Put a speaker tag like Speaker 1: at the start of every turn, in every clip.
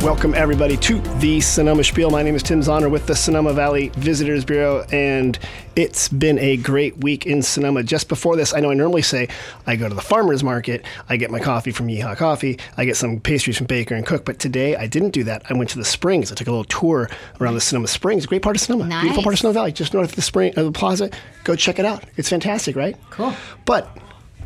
Speaker 1: Welcome, everybody, to the Sonoma Spiel. My name is Tim Zahner with the Sonoma Valley Visitors Bureau, and it's been a great week in Sonoma. Just before this, I know I normally say I go to the farmer's market, I get my coffee from Yeehaw Coffee, I get some pastries from Baker and Cook, but today I didn't do that. I went to the Springs. I took a little tour around the Sonoma Springs, great part of Sonoma, beautiful part of
Speaker 2: Nice.
Speaker 1: Sonoma Valley, just north of the spring of the plaza. Go check it out. It's fantastic, right?
Speaker 2: Cool.
Speaker 1: But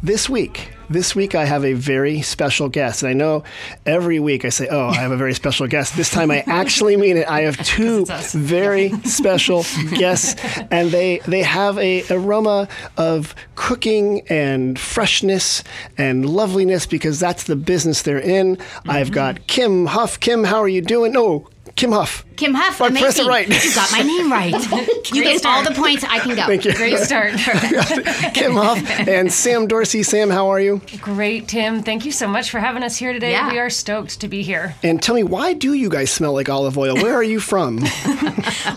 Speaker 1: this week, this week I have a very special guest. And I know every week I say, oh, I have a very special guest. This time I actually mean it. I have two
Speaker 2: it's us.
Speaker 1: very special guests, and they, they have a aroma of cooking and freshness and loveliness because that's the business they're in.
Speaker 2: Mm-hmm.
Speaker 1: I've got Kim Huff. Kim, how are you doing? No, Kim Huff.
Speaker 2: Kim Huff,
Speaker 1: I
Speaker 2: amazing.
Speaker 1: pressed it right.
Speaker 2: You got my name right. you get all the points. I can go.
Speaker 1: Thank you.
Speaker 2: Great start.
Speaker 1: Kim Huff and Sam Dorsey. Sam, how are you?
Speaker 3: Great, Tim. Thank you so much for having us here today.
Speaker 2: Yeah.
Speaker 3: We are stoked to be here.
Speaker 1: And tell me, why do you guys smell like olive oil? Where are you from?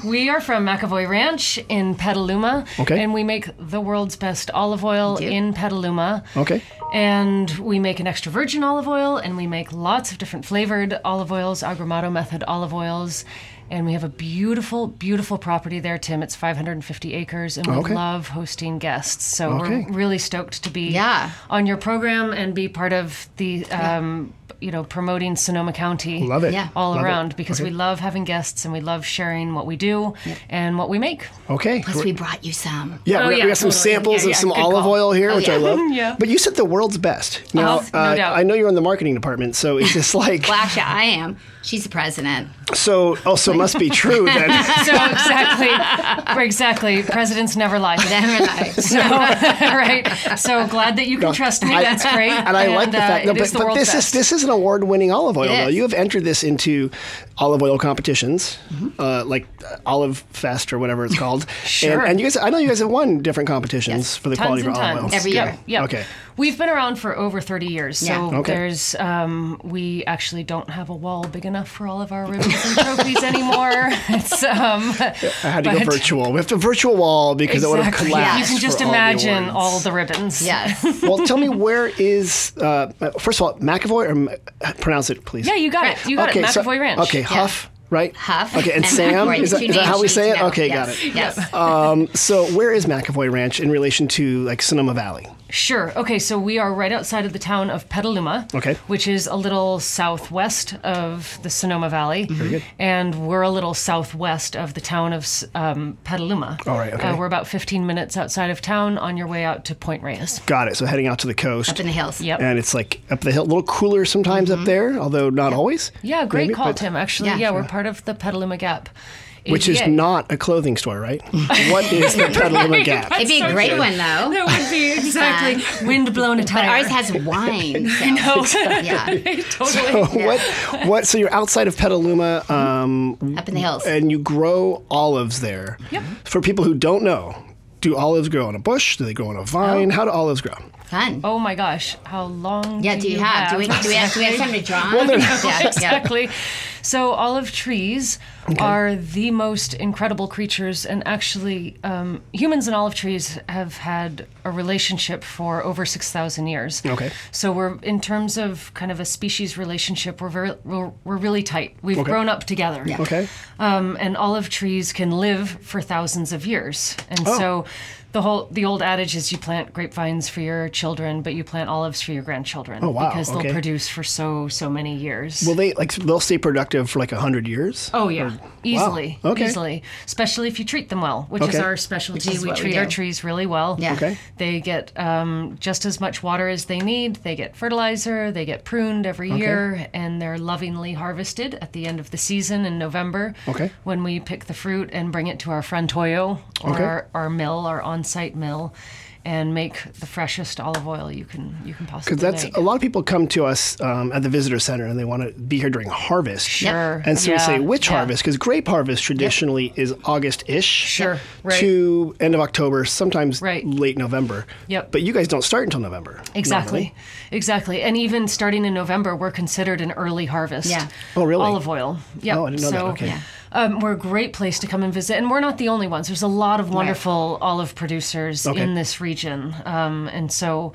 Speaker 3: We are from McAvoy Ranch in Petaluma.
Speaker 1: Okay.
Speaker 3: And we make the world's best olive oil
Speaker 2: do.
Speaker 3: in Petaluma.
Speaker 1: Okay.
Speaker 3: And we make an extra virgin olive oil and we make lots of different flavored olive oils, Agramado method olive oils. And we have a beautiful, beautiful property there, Tim. It's 550 acres, and we
Speaker 1: Okay.
Speaker 3: love hosting guests. So
Speaker 1: Okay.
Speaker 3: we're really stoked to be
Speaker 2: Yeah.
Speaker 3: on your program and be part of the, um, you know, promoting Sonoma County
Speaker 1: Love it.
Speaker 2: Yeah.
Speaker 3: all
Speaker 1: Love it.
Speaker 3: around because we love having guests and we love sharing what we do and what we make.
Speaker 1: Okay.
Speaker 2: Plus, we brought you some.
Speaker 1: Yeah,
Speaker 3: Oh,
Speaker 1: we, got,
Speaker 3: yeah,
Speaker 1: we got some
Speaker 3: totally.
Speaker 1: samples
Speaker 3: Yeah,
Speaker 1: of
Speaker 3: yeah,
Speaker 1: some
Speaker 3: good
Speaker 1: olive
Speaker 3: call. Oh,
Speaker 1: oil here, which I
Speaker 2: yeah.
Speaker 1: love.
Speaker 3: Yeah.
Speaker 1: But you said the world's best. Now,
Speaker 3: no
Speaker 1: uh,
Speaker 3: doubt.
Speaker 1: I know you're in the marketing department, so is this like
Speaker 2: Well, actually, I am. She's the president.
Speaker 1: so? Also, must be true then.
Speaker 3: So exactly, exactly. Presidents never lie.
Speaker 2: Never lied.
Speaker 3: So, right. So glad that you can trust me.
Speaker 1: I-
Speaker 3: That's great.
Speaker 1: And I like the
Speaker 3: uh,
Speaker 1: fact.
Speaker 3: it
Speaker 1: but,
Speaker 3: is the
Speaker 1: but
Speaker 3: world's
Speaker 1: this is
Speaker 3: best.
Speaker 1: this is an award-winning olive oil.
Speaker 2: It
Speaker 1: Though
Speaker 2: is.
Speaker 1: you have entered this into olive oil competitions,
Speaker 3: Mm-hmm.
Speaker 1: uh, like uh, Olive Fest or whatever it's called.
Speaker 3: Sure.
Speaker 1: And, and you guys, I know you guys have won different competitions
Speaker 2: Yes.
Speaker 1: for the
Speaker 3: tons
Speaker 1: quality
Speaker 3: and
Speaker 1: of olive
Speaker 3: tons
Speaker 1: oils.
Speaker 2: Every
Speaker 1: Yeah.
Speaker 2: year.
Speaker 3: Yeah.
Speaker 1: Okay.
Speaker 3: We've been around for over 30 years. So
Speaker 2: Yeah.
Speaker 1: Okay.
Speaker 3: there's, um, we actually don't have a wall big enough for all of our ribbons and trophies anymore. It's, um,
Speaker 1: I had to go
Speaker 3: But-
Speaker 1: virtual. We have the virtual wall because it would have
Speaker 3: exactly.
Speaker 1: collapsed.
Speaker 3: You can just
Speaker 1: for all the
Speaker 3: imagine
Speaker 1: awards.
Speaker 3: all the ribbons.
Speaker 2: Yes.
Speaker 1: well, tell me where is uh, first of all McAvoy or M- pronounce it, please.
Speaker 3: Yeah, you got it. You got it.
Speaker 1: so-
Speaker 3: McAvoy Ranch.
Speaker 1: Okay, Huff, right?
Speaker 2: Huff
Speaker 1: Okay, and,
Speaker 2: and
Speaker 1: Sam.
Speaker 2: McAvoy,
Speaker 1: Is that,
Speaker 2: two
Speaker 1: is that how
Speaker 2: names
Speaker 1: we
Speaker 2: you
Speaker 1: say
Speaker 2: need
Speaker 1: it?
Speaker 2: to know.
Speaker 1: Okay,
Speaker 2: Yes.
Speaker 1: got it.
Speaker 2: Yes.
Speaker 1: Um, so where is McAvoy Ranch in relation to like Sonoma Valley?
Speaker 3: Sure. Okay, so we are right outside of the town of Petaluma,
Speaker 1: Okay.
Speaker 3: which is a little southwest of the Sonoma Valley, and we're a little southwest of the town of S- um, Petaluma.
Speaker 1: All right, okay.
Speaker 3: Uh, we're about 15 minutes outside of town on your way out to Point Reyes.
Speaker 1: Got it. So heading out to the coast.
Speaker 2: Up in the hills. Mm-hmm.
Speaker 3: Yep.
Speaker 1: And it's like up the hill, a little cooler sometimes up there, although not always.
Speaker 3: yeah, great
Speaker 1: maybe,
Speaker 3: call,
Speaker 1: but-
Speaker 3: Tim. Actually,
Speaker 2: Yeah.
Speaker 3: yeah, we're part of the Petaluma Gap. E
Speaker 1: Which is
Speaker 3: AGA.
Speaker 1: not a clothing store, right? what is the Petaluma Gap?
Speaker 2: It'd be a great one, though.
Speaker 3: That would be exactly windblown attire.
Speaker 2: Ours has wine. So. Yeah.
Speaker 3: totally.
Speaker 1: what? What? So you're outside of Petaluma. Um,
Speaker 2: Up in the hills.
Speaker 1: and you grow olives there. Yep. For people who don't know, do olives grow on a bush? Do they grow on a vine? How do olives grow?
Speaker 2: Fun.
Speaker 3: Oh my gosh, how long
Speaker 2: Yeah,
Speaker 3: do,
Speaker 2: do you have? Do we, do we have? Do we have something to draw? on? yeah, yeah.
Speaker 3: exactly. So olive trees are the most incredible creatures, and actually, um, humans and olive trees have had a relationship for over six thousand years.
Speaker 1: Okay.
Speaker 3: So we're in terms of kind of a species relationship, we're very we're, we're really tight. We've grown up together.
Speaker 1: Okay.
Speaker 3: Um, and olive trees can live for thousands of years, and
Speaker 1: Oh.
Speaker 3: so. The whole the old adage is you plant grapevines for your children, but you plant olives for your grandchildren oh,
Speaker 1: wow,
Speaker 3: because they'll
Speaker 1: okay.
Speaker 3: produce for so so many years.
Speaker 1: Will they like? They'll stay productive for like hundred years.
Speaker 3: Oh yeah, easily,
Speaker 1: Okay.
Speaker 3: easily. Especially if you treat them well, which is
Speaker 1: Okay.
Speaker 3: our specialty.
Speaker 2: is
Speaker 3: we
Speaker 2: what we
Speaker 3: treat our
Speaker 2: do.
Speaker 3: trees really well.
Speaker 2: Yeah.
Speaker 1: Okay.
Speaker 3: They get um, just as much water as they need. They get fertilizer. They get pruned every year, and they're lovingly harvested at the end of the season in November.
Speaker 1: Okay.
Speaker 3: When we pick the fruit and bring it to our frontoyo or
Speaker 1: Okay.
Speaker 3: our, our mill, our on-site mill, and make the freshest olive oil you can you can possibly.
Speaker 1: Because that's
Speaker 3: make.
Speaker 1: a lot of people come to us um, at the visitor center and they want to be here during harvest.
Speaker 3: Sure.
Speaker 1: And so we
Speaker 3: Yeah.
Speaker 1: say which
Speaker 3: Yeah.
Speaker 1: harvest? Because grape harvest traditionally is August ish.
Speaker 3: Sure. Right.
Speaker 1: To end of October, sometimes
Speaker 3: Right.
Speaker 1: late November.
Speaker 3: Yep.
Speaker 1: But you guys don't start until November.
Speaker 3: Exactly.
Speaker 1: normally.
Speaker 3: Exactly. And even starting in November, we're considered an early harvest.
Speaker 2: Yeah.
Speaker 1: Oh, really?
Speaker 3: Olive oil. Yeah.
Speaker 1: Oh, I didn't know that.
Speaker 3: so,
Speaker 1: Okay. Yeah.
Speaker 3: Um, we're a great place to come and visit, and we're not the only ones. There's a lot of wonderful olive producers
Speaker 1: Okay.
Speaker 3: in this region, um, and so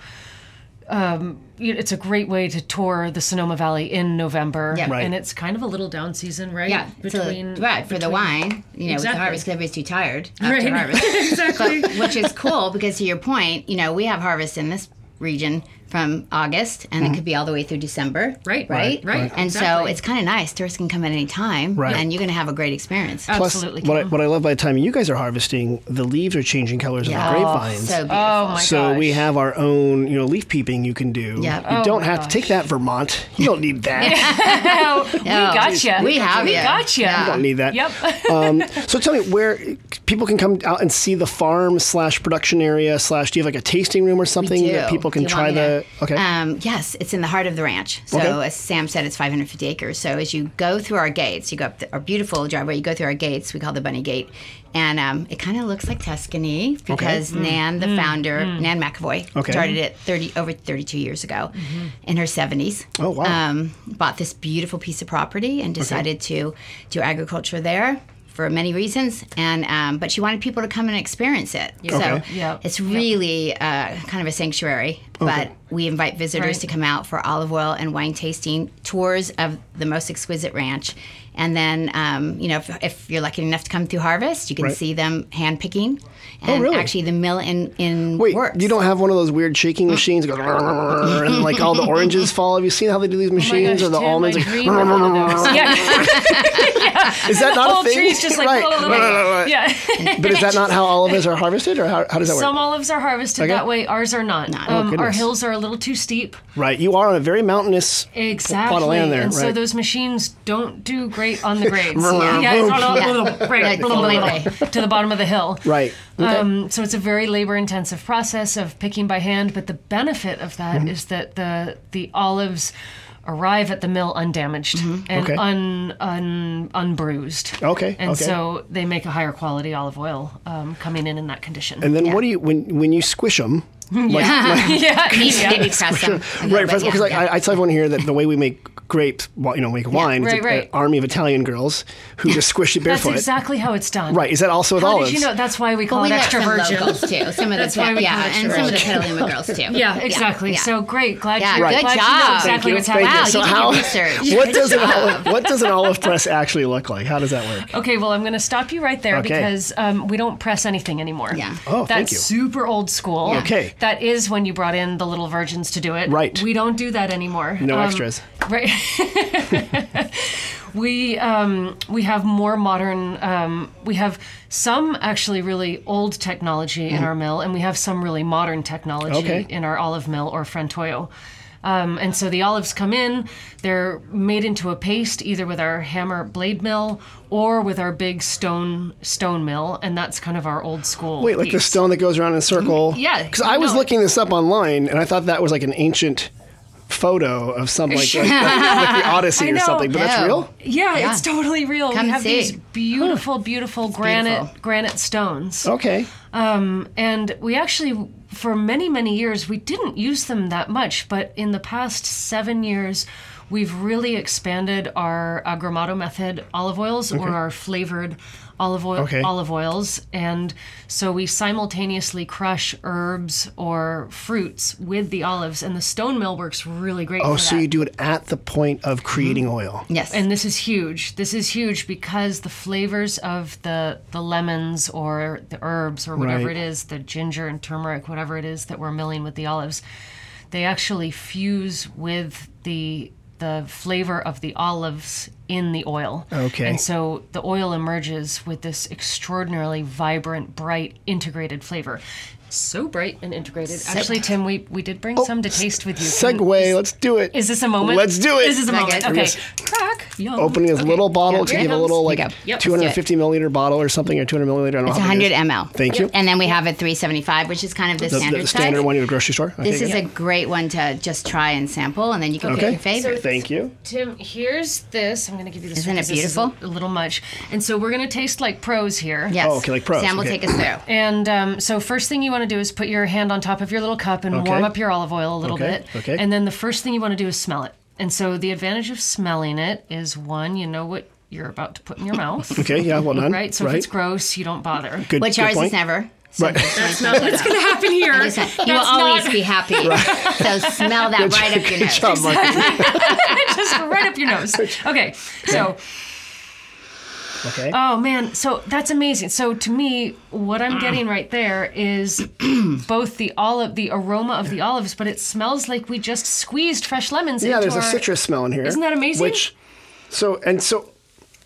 Speaker 3: you- it's a great way to tour the Sonoma Valley in November.
Speaker 2: Yeah. Right.
Speaker 3: And it's kind of a little down season, right?
Speaker 2: Yeah,
Speaker 3: Between
Speaker 2: so, right for the wine, you know, with
Speaker 3: Exactly.
Speaker 2: the harvest because everybody's too tired after
Speaker 3: Right.
Speaker 2: harvest.
Speaker 3: exactly.
Speaker 2: which is cool because to your point, you know, we have harvest in this region from August and it could be all the way through December.
Speaker 3: Right,
Speaker 2: Right.
Speaker 3: right, right,
Speaker 2: And so
Speaker 3: exactly.
Speaker 2: it's kind of nice. Tourists can come at any time
Speaker 1: Right.
Speaker 2: and you're going to have a great experience.
Speaker 3: Oh,
Speaker 1: Plus,
Speaker 3: Absolutely.
Speaker 1: what I,
Speaker 3: Kim.
Speaker 1: what I love by the time you guys are harvesting, the leaves are changing colors
Speaker 2: Yeah.
Speaker 1: of the
Speaker 2: Oh,
Speaker 1: grapevines.
Speaker 2: so beautiful.
Speaker 3: oh my
Speaker 1: so
Speaker 3: gosh.
Speaker 1: we have our own, you know, leaf peeping you can do.
Speaker 2: Yeah.
Speaker 1: You
Speaker 2: Oh
Speaker 1: don't
Speaker 3: my
Speaker 1: have
Speaker 3: gosh.
Speaker 1: to take that Vermont. You don't need that.
Speaker 3: Oh, we got you.
Speaker 2: we have
Speaker 3: We
Speaker 2: ya.
Speaker 3: got you.
Speaker 2: Yeah.
Speaker 1: you don't need that.
Speaker 3: Yep.
Speaker 1: um, so tell me where people can come out and see the farm slash production area slash. Do you have like a tasting room or something
Speaker 2: do.
Speaker 1: that people
Speaker 2: Do
Speaker 1: can
Speaker 2: you
Speaker 1: try
Speaker 2: want me
Speaker 1: the?
Speaker 2: to-
Speaker 1: Okay.
Speaker 2: Um, yes, it's in the heart of the ranch. So
Speaker 1: Okay.
Speaker 2: as Sam said, it's 550 acres. So as you go through our gates, you go up the, our beautiful driveway. You go through our gates. We call the Bunny Gate, and um, it kind of looks like Tuscany because
Speaker 3: Mm-hmm.
Speaker 2: Nan, the founder, Nan McAvoy,
Speaker 1: Okay.
Speaker 2: started it 30 over 32 years ago,
Speaker 3: Mm-hmm.
Speaker 2: in her 70s.
Speaker 1: Oh, wow.
Speaker 2: Um, bought this beautiful piece of property and decided to do agriculture there. For many reasons, and um, but she wanted people to come and experience it.
Speaker 1: Okay.
Speaker 2: So
Speaker 3: Yep.
Speaker 2: it's really uh, kind of a sanctuary, but we invite visitors
Speaker 3: Right.
Speaker 2: to come out for olive oil and wine tasting tours of the most exquisite ranch. And then, um, you know, if, if you're lucky enough to come through harvest, you can
Speaker 1: Right. Oh,
Speaker 2: see them hand picking. And
Speaker 1: really?
Speaker 2: actually, the mill in, in
Speaker 1: Wait,
Speaker 2: works. Mm.
Speaker 1: you don't have one of those weird shaking machines that goes and like all the oranges fall. Have you seen how they do these machines or
Speaker 3: Oh gosh,
Speaker 1: the
Speaker 3: Tim,
Speaker 1: almonds?
Speaker 3: I
Speaker 1: Like,
Speaker 3: dream of one of those. yeah,
Speaker 1: is that
Speaker 3: the
Speaker 1: not
Speaker 3: whole
Speaker 1: a thing?
Speaker 3: tree's just like
Speaker 1: right.
Speaker 3: blah, blah,
Speaker 1: Right, right,
Speaker 3: blah.
Speaker 1: right.
Speaker 3: yeah.
Speaker 1: But is that not how olives are harvested, or how, how does that work?
Speaker 3: Some olives are harvested
Speaker 1: Okay.
Speaker 3: that way. Ours are not. Um, our
Speaker 1: oh, goodness.
Speaker 3: hills are a little too steep.
Speaker 1: Right, you are on a very mountainous p-
Speaker 3: Exactly.
Speaker 1: plot of land there.
Speaker 3: and
Speaker 1: right.
Speaker 3: so those machines don't do great on the grades.
Speaker 1: Yeah.
Speaker 3: yeah. it's not all-
Speaker 2: Yeah.
Speaker 3: great,
Speaker 2: Right,
Speaker 3: blah, blah, blah,
Speaker 2: right.
Speaker 3: blah, to the bottom of the hill.
Speaker 1: right. Okay.
Speaker 3: Um, so it's a very labor-intensive process of picking by hand, but the benefit of
Speaker 1: Mm-hmm.
Speaker 3: that is that the the olives arrive at the mill undamaged and
Speaker 1: Mm-hmm. Okay.
Speaker 3: un, un unbruised.
Speaker 1: Okay,
Speaker 3: And
Speaker 1: okay.
Speaker 3: so they make a higher quality olive oil um, coming in in that condition.
Speaker 1: and then what do you when when you squish them?
Speaker 3: yeah, yeah.
Speaker 2: Maybe press them. a little
Speaker 1: Right,
Speaker 2: bit, yeah,
Speaker 1: because like,
Speaker 2: yeah.
Speaker 1: I, I tell everyone here that the way we make grapes, well, you know, make wine, is
Speaker 3: right,
Speaker 1: an
Speaker 3: right.
Speaker 1: army of Italian girls who just squish it
Speaker 3: That's
Speaker 1: barefoot.
Speaker 3: exactly how it's done.
Speaker 1: right, is that also with
Speaker 3: How
Speaker 1: olives?
Speaker 3: did you know? That's why we call
Speaker 2: Well, we
Speaker 3: it
Speaker 2: let
Speaker 3: extra
Speaker 2: some
Speaker 3: virgin.
Speaker 2: locals too. Some of
Speaker 3: That's
Speaker 2: the
Speaker 3: why we call
Speaker 2: yeah,
Speaker 3: it
Speaker 2: and some of the
Speaker 3: extra
Speaker 2: Petaluma girls too.
Speaker 3: Yeah, exactly.
Speaker 2: yeah.
Speaker 3: So great. Glad
Speaker 2: Yeah,
Speaker 3: you,
Speaker 2: good
Speaker 3: glad you
Speaker 2: job.
Speaker 3: know exactly
Speaker 1: Thank you,
Speaker 3: what's
Speaker 1: thank
Speaker 3: happening.
Speaker 1: you.
Speaker 2: Wow,
Speaker 1: So
Speaker 2: you did
Speaker 1: how
Speaker 2: your research.
Speaker 1: what does an olive what does an olive press actually look like? How does that work?
Speaker 3: Okay, well, I'm going to stop you right there
Speaker 1: Okay.
Speaker 3: because um, we don't press anything anymore.
Speaker 2: Yeah.
Speaker 1: Oh,
Speaker 3: That's
Speaker 1: thank you.
Speaker 3: super old school.
Speaker 1: Okay.
Speaker 3: That is when you brought in the little virgins to do it.
Speaker 1: Right.
Speaker 3: We don't do that anymore. Um,
Speaker 1: No extras.
Speaker 3: Right. we um, we have more modern. Um, we have some actually really old technology in our mill, and we have some really modern technology
Speaker 1: Mm-hmm. Okay.
Speaker 3: in our olive mill or frontoyo. Um, and so the olives come in; they're made into a paste either with our hammer blade mill or with our big stone stone mill, and that's kind of our old school.
Speaker 1: Wait, like the
Speaker 3: piece.
Speaker 1: stone that goes around in a circle.
Speaker 3: Mm, Yeah,
Speaker 1: because I was
Speaker 3: no.
Speaker 1: looking this up online and I thought that was like an ancient photo of some like, like, like the Odyssey
Speaker 3: I
Speaker 1: or
Speaker 3: know.
Speaker 1: something, but that's
Speaker 2: No.
Speaker 1: real.
Speaker 3: Yeah, it's totally real.
Speaker 2: Come
Speaker 3: we have
Speaker 2: see.
Speaker 3: these beautiful, beautiful granite
Speaker 2: beautiful.
Speaker 3: granite stones.
Speaker 1: Okay,
Speaker 3: Um, and we actually, for many, many years, we didn't use them that much, but in the past seven years, we've really expanded our agramado method olive oils or our flavored olive oil
Speaker 1: Okay.
Speaker 3: olive oils and so we simultaneously crush herbs or fruits with the olives and the stone mill works really great
Speaker 1: oh,
Speaker 3: for
Speaker 1: so
Speaker 3: that.
Speaker 1: you do it at the point of creating
Speaker 3: Mm-hmm.
Speaker 1: oil.
Speaker 2: yes.
Speaker 3: And this is huge. This is huge because the flavors of the the lemons or the herbs or whatever
Speaker 1: Right.
Speaker 3: it is, the ginger and turmeric, whatever it is that we're milling with the olives, they actually fuse with the the flavor of the olives in the oil.
Speaker 1: Okay.
Speaker 3: And so the oil emerges with this extraordinarily vibrant, bright, integrated flavor. So bright and integrated. Actually, Tim, we, we did bring some to taste with you. Can-
Speaker 1: Segway, Oh, let's do it.
Speaker 3: Is this a moment?
Speaker 1: Let's do it.
Speaker 3: This is a
Speaker 2: Okay.
Speaker 3: moment. Okay.
Speaker 1: Yes.
Speaker 3: Crack. Yum.
Speaker 1: opening his little bottle to
Speaker 3: Here it
Speaker 1: give a
Speaker 3: comes.
Speaker 1: little like
Speaker 2: Here you go.
Speaker 3: Yep.
Speaker 1: 250 milliliter bottle or something or 200 milliliter. I don't know
Speaker 2: It's
Speaker 1: how big it
Speaker 2: 100
Speaker 1: is.
Speaker 2: ml.
Speaker 1: Thank you.
Speaker 2: And then we have a 375, which is kind of the,
Speaker 1: The-
Speaker 2: standard
Speaker 1: the standard
Speaker 2: size.
Speaker 1: one at the grocery store. I
Speaker 2: This
Speaker 1: take
Speaker 2: is
Speaker 1: it.
Speaker 2: a great one to just try and sample, and then you can
Speaker 1: Okay.
Speaker 2: pick your favorite.
Speaker 1: Thank you.
Speaker 3: Tim, here's this. I'm going to give you this.
Speaker 2: Isn't
Speaker 3: one
Speaker 2: it
Speaker 3: 'cause this is
Speaker 2: beautiful?
Speaker 3: a, a little much. And so we're going to taste like pros here.
Speaker 2: yes.
Speaker 1: Oh, okay, like pros.
Speaker 2: Sam will
Speaker 1: Okay.
Speaker 2: take us through.
Speaker 3: And um, so, first thing you want to do is put your hand on top of your little cup and warm
Speaker 1: Okay.
Speaker 3: up your olive oil a little
Speaker 1: Okay,
Speaker 3: bit.
Speaker 1: okay.
Speaker 3: And then the first thing you want to do is smell it. And so, the advantage of smelling it is one, you know what you're about to put in your mouth,
Speaker 1: Okay, yeah, well done.
Speaker 3: right? So, if it's gross, you don't bother.
Speaker 1: Good,
Speaker 2: Which
Speaker 1: good
Speaker 2: ours
Speaker 1: point.
Speaker 2: is never.
Speaker 1: Right.
Speaker 2: That's
Speaker 3: not what's going to happen here. That's
Speaker 2: You will always
Speaker 3: not-
Speaker 2: be happy. So smell that right up your
Speaker 1: Good
Speaker 2: nose.
Speaker 1: job, Mark.
Speaker 3: just right up your nose. Okay, so
Speaker 1: Okay.
Speaker 3: oh man, so that's amazing. So to me, what I'm getting right there is both the olive, the aroma of the olives, but it smells like we just squeezed fresh lemons.
Speaker 1: yeah,
Speaker 3: into
Speaker 1: there's a
Speaker 3: our,
Speaker 1: citrus smell in here.
Speaker 3: Isn't that amazing?
Speaker 1: Which, so and so,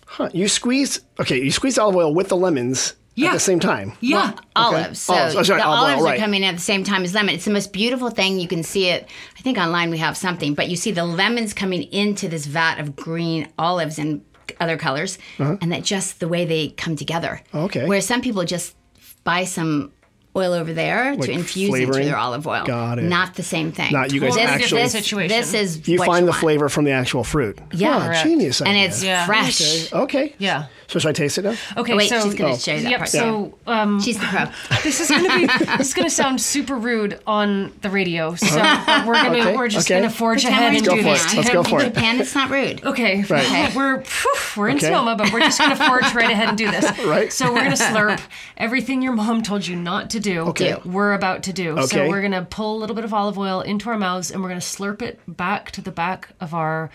Speaker 1: huh? You squeeze. Okay, you squeeze olive oil with the lemons at
Speaker 4: Yeah.
Speaker 1: the same time.
Speaker 4: Yeah.
Speaker 2: Olives. So
Speaker 1: Olives. Oh, sorry,
Speaker 2: the
Speaker 1: olive oil,
Speaker 2: olives
Speaker 1: right.
Speaker 2: are coming in at the same time as lemon. It's the most beautiful thing. You can see it. I think online we have something, but you see the lemons coming into this vat of green olives and other colors, and that just the way they come together.
Speaker 1: Uh-huh. Oh, Okay.
Speaker 2: Where some people just buy some oil over there to infuse
Speaker 1: flavoring?
Speaker 2: into their olive oil.
Speaker 1: Got it.
Speaker 2: Not the same thing.
Speaker 1: Not you guys
Speaker 2: This-
Speaker 1: actually-
Speaker 2: This,
Speaker 3: Situation.
Speaker 2: this is
Speaker 1: You
Speaker 2: what
Speaker 1: find the
Speaker 2: want.
Speaker 1: flavor from the actual fruit.
Speaker 2: Yeah.
Speaker 1: Huh,
Speaker 2: Correct.
Speaker 1: genius idea.
Speaker 2: and it's
Speaker 3: Yeah.
Speaker 2: fresh.
Speaker 1: okay.
Speaker 3: Yeah.
Speaker 1: So should I taste it now?
Speaker 3: Okay,
Speaker 2: Oh, wait,
Speaker 3: so
Speaker 2: she's gonna show you that
Speaker 3: Yep,
Speaker 2: part.
Speaker 3: so um,
Speaker 2: She's the pro.
Speaker 3: this is gonna be this is gonna sound super rude on the radio. So but we're gonna
Speaker 1: Uh-huh. Okay,
Speaker 3: we're just
Speaker 1: okay.
Speaker 3: gonna forge
Speaker 2: Pretend
Speaker 3: ahead
Speaker 2: we're
Speaker 3: and
Speaker 2: in
Speaker 3: do
Speaker 1: Go for it.
Speaker 3: this.
Speaker 1: Let's go for it.
Speaker 2: Japan, it's not rude.
Speaker 3: Okay,
Speaker 1: Right.
Speaker 3: we're phew, we're in
Speaker 1: Okay.
Speaker 3: Sonoma, but we're just gonna forge right ahead and do this.
Speaker 1: Right.
Speaker 3: So we're gonna slurp everything your mom told you not to do.
Speaker 1: Okay.
Speaker 3: We're about to do.
Speaker 1: Okay.
Speaker 3: So we're gonna pull a little bit of olive oil into our mouths, and we're gonna slurp it back to the back of our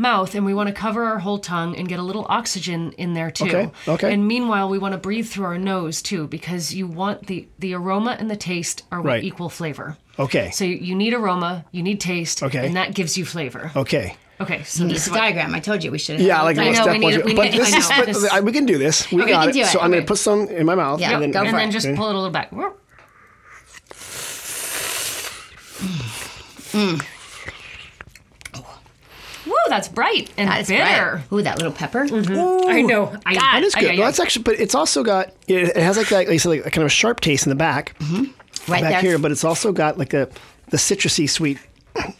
Speaker 3: mouth, and we want to cover our whole tongue and get a little oxygen in there too.
Speaker 1: Okay, okay.
Speaker 3: And meanwhile, we want to breathe through our nose too, because you want the the aroma and the taste are what
Speaker 1: Right.
Speaker 3: equal flavor.
Speaker 2: Oh.
Speaker 1: Okay.
Speaker 3: So you, you need aroma, you need taste,
Speaker 1: Okay. Oh.
Speaker 3: and that gives you flavor.
Speaker 1: okay.
Speaker 3: Okay, so this
Speaker 2: It's
Speaker 3: is
Speaker 2: a
Speaker 3: what
Speaker 2: diagram. I told you we should. have
Speaker 1: Yeah, like
Speaker 2: done
Speaker 1: a
Speaker 2: it.
Speaker 1: little
Speaker 3: know,
Speaker 1: step
Speaker 3: we
Speaker 1: one.
Speaker 3: need to- we
Speaker 1: but
Speaker 3: need-
Speaker 1: this
Speaker 3: I
Speaker 1: is,
Speaker 3: know.
Speaker 1: but
Speaker 3: This-
Speaker 1: we can do this. We
Speaker 2: we
Speaker 1: got
Speaker 2: can
Speaker 1: it.
Speaker 2: do it.
Speaker 1: So I'm going to
Speaker 2: Okay.
Speaker 1: put some in my mouth.
Speaker 2: Yeah,
Speaker 1: and then,
Speaker 2: go
Speaker 3: and
Speaker 2: for
Speaker 3: then
Speaker 2: it.
Speaker 3: just
Speaker 1: Mm.
Speaker 3: pull it a little back. Mm. Mm. Woo, that's Mm-hmm. bright and
Speaker 2: That's
Speaker 3: bitter.
Speaker 2: right. Ooh, that little pepper.
Speaker 3: I know. I,
Speaker 1: That is good.
Speaker 3: I, I,
Speaker 1: well, that's actually, but it's also got it, it has like that, like you said, like a kind of a sharp taste in the back,
Speaker 2: Mm-hmm. Right
Speaker 1: back
Speaker 2: there.
Speaker 1: here. But it's also got like a the citrusy sweet.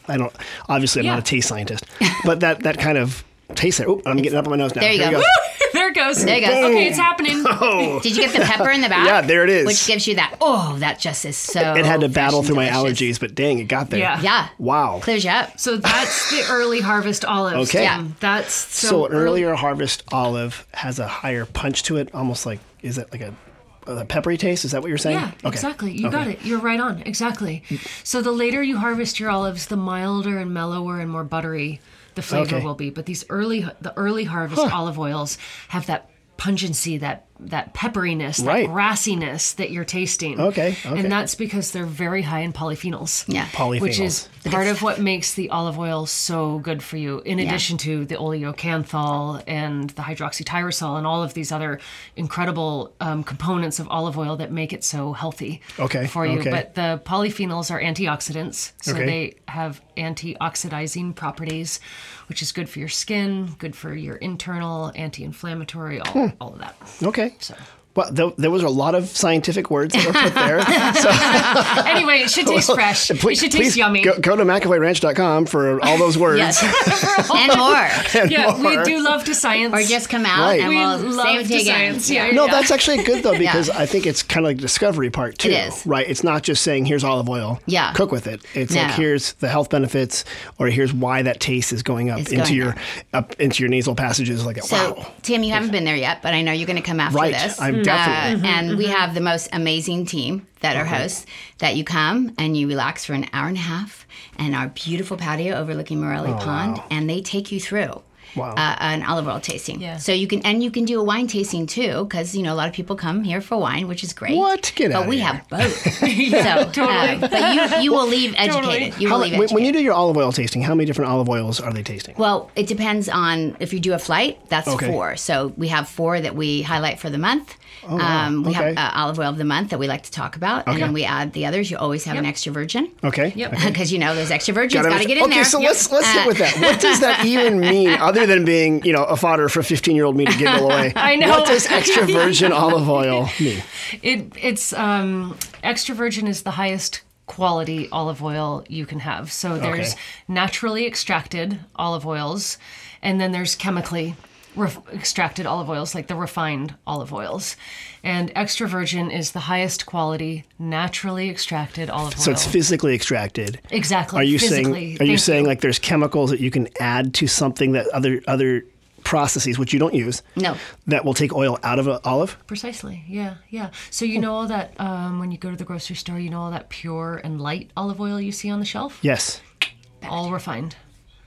Speaker 1: I don't obviously I'm not
Speaker 3: Yeah.
Speaker 1: a taste scientist, but that that kind of taste there. Oh, I'm getting up on my nose now.
Speaker 2: There you
Speaker 1: Here
Speaker 2: go.
Speaker 1: we
Speaker 3: there it goes.
Speaker 2: There it goes.
Speaker 3: Okay, it's happening.
Speaker 1: Oh.
Speaker 2: Did you get the pepper in the back?
Speaker 1: Yeah, there it is.
Speaker 2: Which gives you that. Oh, that just is so.
Speaker 1: It had to
Speaker 2: fresh
Speaker 1: battle
Speaker 2: and
Speaker 1: through my
Speaker 2: delicious.
Speaker 1: allergies, but dang, it got there.
Speaker 3: Yeah.
Speaker 2: Yeah.
Speaker 1: Wow.
Speaker 2: Clears you up.
Speaker 3: So that's the early harvest olives.
Speaker 1: Okay.
Speaker 2: Yeah.
Speaker 3: That's so,
Speaker 1: So an
Speaker 3: early.
Speaker 1: earlier harvest olive has a higher punch to it, almost like is it like a, a peppery taste? Is that what you're saying?
Speaker 3: Yeah, exactly. You got
Speaker 1: Okay. Mm.
Speaker 3: it. You're right on. Exactly. So the later you harvest your olives, the milder and mellower and more buttery the flavor
Speaker 1: Okay.
Speaker 3: will be. But these early, the early harvest olive oils have that pungency, that that pepperiness,
Speaker 1: Right.
Speaker 3: that grassiness that you're tasting.
Speaker 1: Okay, okay.
Speaker 3: And that's because they're very high in polyphenols.
Speaker 2: Yeah.
Speaker 1: Polyphenols.
Speaker 3: Which is part of what makes the olive oil so good for you, in addition to the oleocanthal and the hydroxytyrosol and all of these other incredible um, components of olive oil that make it so healthy
Speaker 1: Okay,
Speaker 3: for you.
Speaker 1: okay.
Speaker 3: But the polyphenols are antioxidants, so
Speaker 1: Okay.
Speaker 3: they have antioxidizing properties, which is good for your skin, good for your internal, anti inflammatory, all,
Speaker 1: Hmm.
Speaker 3: all of that.
Speaker 1: Okay. Well, there, there was a lot of scientific words that were put there. so
Speaker 3: Anyway, it should taste fresh.
Speaker 1: please,
Speaker 3: it should
Speaker 1: please
Speaker 3: taste yummy.
Speaker 1: Go, go to McAvoyRanch.com for all those words.
Speaker 2: Yes. and more.
Speaker 1: and
Speaker 3: yeah,
Speaker 1: more.
Speaker 3: we do love to science.
Speaker 2: Or just come out
Speaker 1: Right.
Speaker 2: and
Speaker 3: we
Speaker 2: we'll
Speaker 3: love
Speaker 2: save
Speaker 3: to
Speaker 2: it again.
Speaker 3: science. Yeah,
Speaker 1: No,
Speaker 3: yeah.
Speaker 1: that's actually good though because I think it's kind of like the discovery part too,
Speaker 2: It is.
Speaker 1: right? It's not just saying here's olive oil,
Speaker 2: Yeah.
Speaker 1: cook with it. It's like
Speaker 2: No.
Speaker 1: here's the health benefits, or here's why that taste is going up
Speaker 2: It's
Speaker 1: into
Speaker 2: going
Speaker 1: your
Speaker 2: up.
Speaker 1: up into your nasal passages. Like
Speaker 2: So,
Speaker 1: wow,
Speaker 2: Tim, you haven't been there yet, but I know you're going to come after
Speaker 1: Right,
Speaker 2: this. Uh,
Speaker 1: I'm definitely-
Speaker 2: And we have the most amazing team that are hosts that you come and you relax for an hour and a half in our beautiful patio overlooking Morelli Pond, and they take you through.
Speaker 1: Oh, Wow.
Speaker 2: Uh, an olive oil tasting.
Speaker 3: Yeah.
Speaker 2: So you can, and you can do a wine tasting too, because you know a lot of people come here for wine, which is great.
Speaker 1: What? Get
Speaker 2: But
Speaker 1: outta
Speaker 2: we
Speaker 1: here.
Speaker 2: have both. so, totally. but you, you will leave educated. You will
Speaker 1: How-
Speaker 2: leave
Speaker 1: when,
Speaker 2: educated.
Speaker 1: when you do your olive oil tasting, how many different olive oils are they tasting?
Speaker 2: Well, it depends on if you do a flight, that's
Speaker 1: Okay.
Speaker 2: four. So we have four that we highlight for the month. um,
Speaker 1: Oh,
Speaker 2: we
Speaker 1: Okay.
Speaker 2: have uh, olive oil of the month that we like to talk about, and then we add the others. You always have an extra virgin
Speaker 1: Okay.
Speaker 3: Yep.
Speaker 2: because you know those extra virgins got to get in
Speaker 1: okay,
Speaker 2: there.
Speaker 1: so let's let's
Speaker 2: Uh,
Speaker 1: get with that. What does that even mean, other than being you know a fodder for fifteen year old me to giggle away?
Speaker 3: I know.
Speaker 1: What does extra virgin olive oil mean?
Speaker 3: It it's um, extra virgin is the highest quality olive oil you can have. So there's
Speaker 1: Okay.
Speaker 3: naturally extracted olive oils, and then there's chemically ref- extracted olive oils, like the refined olive oils. And extra virgin is the highest quality naturally extracted olive oil.
Speaker 1: So it's physically extracted.
Speaker 3: exactly.
Speaker 1: Are you
Speaker 3: physically.
Speaker 1: saying? Are you
Speaker 3: Thank
Speaker 1: saying like there's chemicals that you can add to something that other other processes, which you don't use,
Speaker 2: No.
Speaker 1: that will take oil out of an olive.
Speaker 3: Precisely. Yeah, yeah. So you know all that um, when you go to the grocery store, you know all that pure and light olive oil you see on the shelf,
Speaker 1: Yes.
Speaker 3: all refined.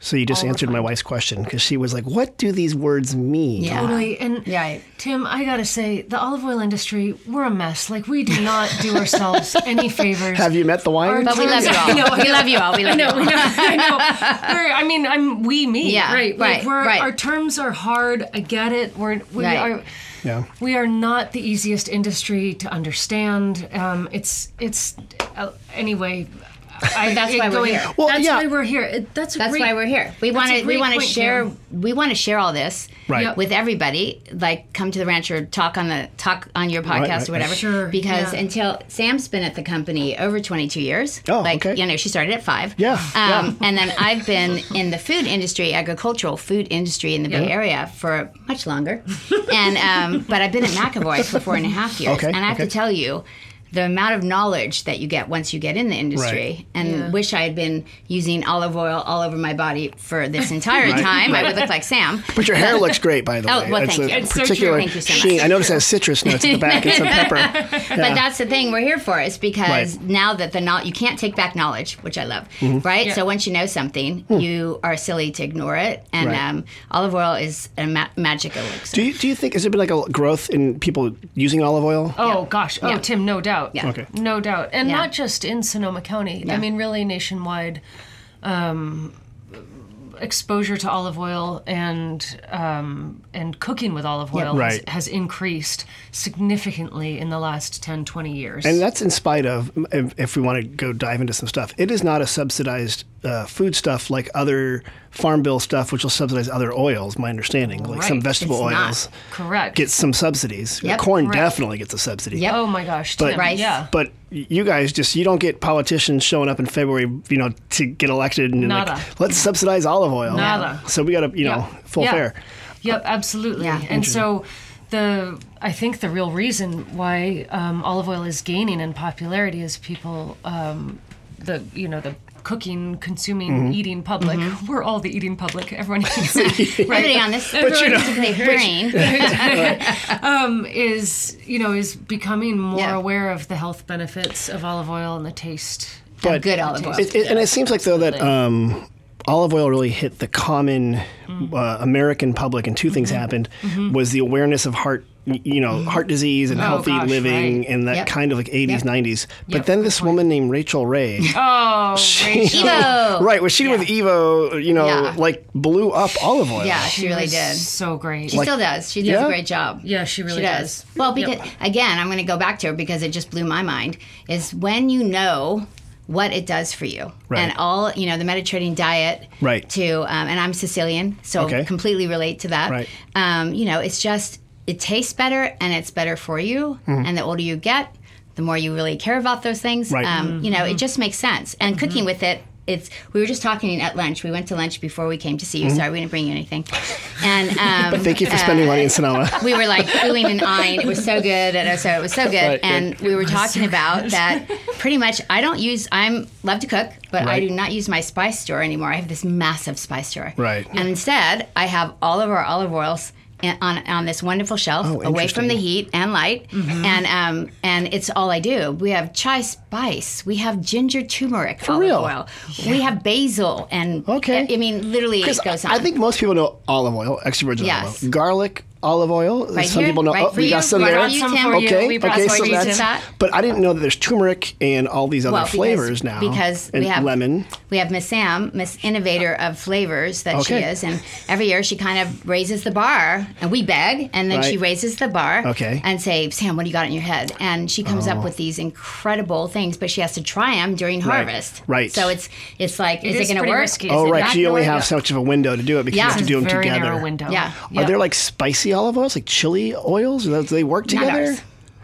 Speaker 1: So you just
Speaker 3: All
Speaker 1: answered my
Speaker 3: refined.
Speaker 1: wife's question because she was like, "What do these words mean?"
Speaker 2: Yeah.
Speaker 3: Totally. And
Speaker 2: Yeah, I-
Speaker 3: Tim, I gotta say, the olive oil industry, we're a mess. Like we do not do ourselves any favors.
Speaker 1: Have you met the wine?
Speaker 2: But we love you all. we love you all. We love you all.
Speaker 3: I know, I know. We're, I mean, I'm we, me,
Speaker 2: Yeah,
Speaker 3: right? Like,
Speaker 2: right,
Speaker 3: we're,
Speaker 2: right.
Speaker 3: Our terms are hard. I get it. We're we
Speaker 2: Right.
Speaker 3: are.
Speaker 1: Yeah.
Speaker 3: We are not the easiest industry to understand. Um, it's it's uh, anyway. I,
Speaker 2: that's
Speaker 3: it
Speaker 2: why we're
Speaker 3: going-
Speaker 2: here.
Speaker 1: Well,
Speaker 3: that's
Speaker 1: yeah.
Speaker 3: why we're here. It- that's a
Speaker 2: That's
Speaker 3: great,
Speaker 2: why we're here. We want
Speaker 3: a
Speaker 2: to. We
Speaker 3: great
Speaker 2: want to
Speaker 3: point,
Speaker 2: share.
Speaker 3: Jim.
Speaker 2: We want to share all this
Speaker 1: Right. Yep.
Speaker 2: with everybody. Like, come to the ranch or talk on the talk on your podcast
Speaker 1: right,
Speaker 2: or
Speaker 1: right.
Speaker 2: whatever.
Speaker 3: Sure,
Speaker 2: Because
Speaker 3: yeah.
Speaker 2: until Sam's been at the company over 22 years.
Speaker 1: Oh,
Speaker 2: like,
Speaker 1: okay.
Speaker 2: You know, she started at five.
Speaker 1: Yeah,
Speaker 2: Um, And then I've been in the food industry, agricultural food industry in the Bay Area for much longer. and um, but I've been at McAvoy for four and a half years.
Speaker 1: Okay,
Speaker 2: And I have
Speaker 1: okay.
Speaker 2: to tell you. The amount of knowledge that you get once you get in the industry,
Speaker 1: Right.
Speaker 2: and
Speaker 3: Yeah.
Speaker 2: wish I had been using olive oil all over my body for this entire time. I would look like Sam.
Speaker 1: But your hair looks great, by the
Speaker 2: Oh,
Speaker 1: way.
Speaker 2: well,
Speaker 1: it's
Speaker 2: thank
Speaker 1: a
Speaker 2: you. It's
Speaker 3: so true.
Speaker 1: particular
Speaker 2: Thank you so much.
Speaker 1: sheen. I noticed it has citrus notes at the back and some pepper.
Speaker 2: But that's the thing we're here for is because
Speaker 1: Right. Mm-hmm.
Speaker 2: now that the knowledge you can't take back knowledge, which I love, right? So once you know something, you are silly to ignore it. And
Speaker 1: Hmm. Right.
Speaker 2: um, olive oil is a ma- magic elixir.
Speaker 1: Do you do you think has there been like a growth in people using olive oil?
Speaker 3: Oh gosh. Oh,
Speaker 2: Yeah.
Speaker 3: Tim, no doubt.
Speaker 2: Yeah.
Speaker 1: Okay.
Speaker 3: No doubt. And
Speaker 2: Yeah.
Speaker 3: not just in Sonoma County. I
Speaker 2: Yeah.
Speaker 3: mean, really nationwide um, exposure to olive oil and um, and cooking with olive oil has-
Speaker 1: Right.
Speaker 3: has, increased significantly in the last 10, 20 years.
Speaker 1: And that's in spite of, if, if we want to go dive into some stuff, it is not a subsidized uh, food stuff like other farm bill stuff, which will subsidize other oils. My understanding, like some
Speaker 3: Right.
Speaker 1: vegetable
Speaker 2: It's not.
Speaker 1: oils,
Speaker 3: Correct.
Speaker 1: get some subsidies.
Speaker 2: Yep.
Speaker 1: Corn
Speaker 3: Right.
Speaker 1: definitely gets a subsidy.
Speaker 2: Yep.
Speaker 3: oh my gosh,
Speaker 1: But
Speaker 3: Tim.
Speaker 2: Rice.
Speaker 3: Yeah.
Speaker 1: But you guys just you don't get politicians showing up in February, you know, to get elected and
Speaker 3: Nada.
Speaker 1: like let's subsidize olive oil.
Speaker 3: Nada.
Speaker 1: So we got to you know
Speaker 3: Yeah.
Speaker 1: full
Speaker 3: Yeah.
Speaker 1: fare.
Speaker 3: Yep, absolutely.
Speaker 2: Yeah.
Speaker 3: And so the I think the real reason why um, olive oil is gaining in popularity is people um, the you know the cooking, consuming,
Speaker 1: Mm-hmm.
Speaker 3: eating public.
Speaker 2: Mm-hmm.
Speaker 3: We're all the eating public. Everyone eats.
Speaker 2: Everybody on this
Speaker 3: you know-
Speaker 2: basically hearing
Speaker 3: um, is you know is becoming more
Speaker 2: Yeah.
Speaker 3: aware of the health benefits of olive oil and the taste.
Speaker 2: a good olive oil.
Speaker 1: It, it, And it seems like though that um, olive oil really hit the common
Speaker 2: Mm.
Speaker 1: uh, American public, and 2 things
Speaker 2: Mm-hmm.
Speaker 1: happened: was the awareness of heart, y- you know, heart disease and healthy
Speaker 3: gosh,
Speaker 1: living,
Speaker 3: right.
Speaker 1: and that
Speaker 2: Oh, Yep.
Speaker 1: kind of like 80s,
Speaker 2: Yep.
Speaker 1: 90s. But then this woman named Rachel Ray,
Speaker 3: Oh, Rachel.
Speaker 2: Evo.
Speaker 1: right, what she did with Evo, you know,
Speaker 2: Oh, Yeah.
Speaker 1: like blew up olive oil.
Speaker 2: Yeah, she really did.
Speaker 3: So great.
Speaker 2: She still does. She does
Speaker 1: Yeah?
Speaker 2: a great job.
Speaker 3: Yeah, she really
Speaker 2: she does. Well, because again, I'm going to go back to her because it just blew my mind. Is when you know what it does for you,
Speaker 1: Right.
Speaker 2: and all you know the Mediterranean diet,
Speaker 1: Right.
Speaker 2: To um, and I'm Sicilian, so
Speaker 1: Okay.
Speaker 2: completely relate to that.
Speaker 1: Right.
Speaker 2: Um, you know, it's just it tastes better and it's better for you. And the older you get, the more you really care about those things.
Speaker 1: Mm-hmm. Right.
Speaker 2: Um, You
Speaker 3: Mm-hmm.
Speaker 2: know, it just makes sense. And cooking with it. It's, we were just talking at lunch. We went to lunch before we came to see you. Sorry, we didn't bring you anything. And um,
Speaker 1: Mm-hmm. Thank you for spending money in Sonoma.
Speaker 2: we were like oohing and eyeing. It was so good at Oso. It was so good.
Speaker 1: Right,
Speaker 2: and we were talking about that pretty much I don't use I'm love to cook, but I
Speaker 1: Right.
Speaker 2: do not use my spice store anymore. I have this massive spice store.
Speaker 1: Right.
Speaker 2: And instead I have all of our olive oils in- on, on this wonderful shelf away
Speaker 1: Oh, interesting.
Speaker 2: from the heat and light and um, and it's all I do we have chai spice we have ginger turmeric olive
Speaker 1: real?
Speaker 2: oil we have basil and
Speaker 1: Okay.
Speaker 2: I mean literally it goes
Speaker 1: Because
Speaker 2: on
Speaker 1: I think most people know olive oil, extra virgin
Speaker 2: Yes.
Speaker 1: olive oil, garlic olive oil.
Speaker 2: Right
Speaker 1: some
Speaker 2: here,
Speaker 1: people know.
Speaker 2: right
Speaker 1: oh,
Speaker 2: for
Speaker 1: we
Speaker 2: you,
Speaker 1: got some
Speaker 2: right
Speaker 1: there.
Speaker 2: for you, Tim.
Speaker 3: for you.
Speaker 1: okay,
Speaker 3: We brought
Speaker 1: okay,
Speaker 2: some
Speaker 1: so
Speaker 2: for you,
Speaker 1: that's.
Speaker 2: Tim.
Speaker 1: But I didn't know that there's turmeric and all these other
Speaker 2: Well, because-
Speaker 1: flavors now.
Speaker 2: Because
Speaker 1: and
Speaker 2: we have
Speaker 1: lemon.
Speaker 2: We have Miss Sam, Miss Innovator of Flavors that she
Speaker 1: Okay.
Speaker 2: is, and every year she kind of raises the bar, and we beg, and then she
Speaker 1: Right.
Speaker 2: raises the bar,
Speaker 1: Okay. Oh.
Speaker 2: and say, Sam, what do you got in your head? And she comes up with these incredible things, but she has to try them during harvest.
Speaker 1: right.
Speaker 2: So it's it's like, is
Speaker 3: is
Speaker 2: it going to
Speaker 3: pretty
Speaker 2: work?
Speaker 3: risky.
Speaker 2: Is
Speaker 1: Oh,
Speaker 2: it
Speaker 1: right.
Speaker 2: not
Speaker 1: So you only
Speaker 2: gonna
Speaker 1: have
Speaker 2: work?
Speaker 1: so much of a window to do it because
Speaker 2: Yeah.
Speaker 1: you have to do them
Speaker 3: Very
Speaker 1: together.
Speaker 3: narrow window.
Speaker 2: Yeah.
Speaker 1: Are there like spicy olive oils, like chili oils? Do they work
Speaker 2: Not
Speaker 1: together?
Speaker 2: ours.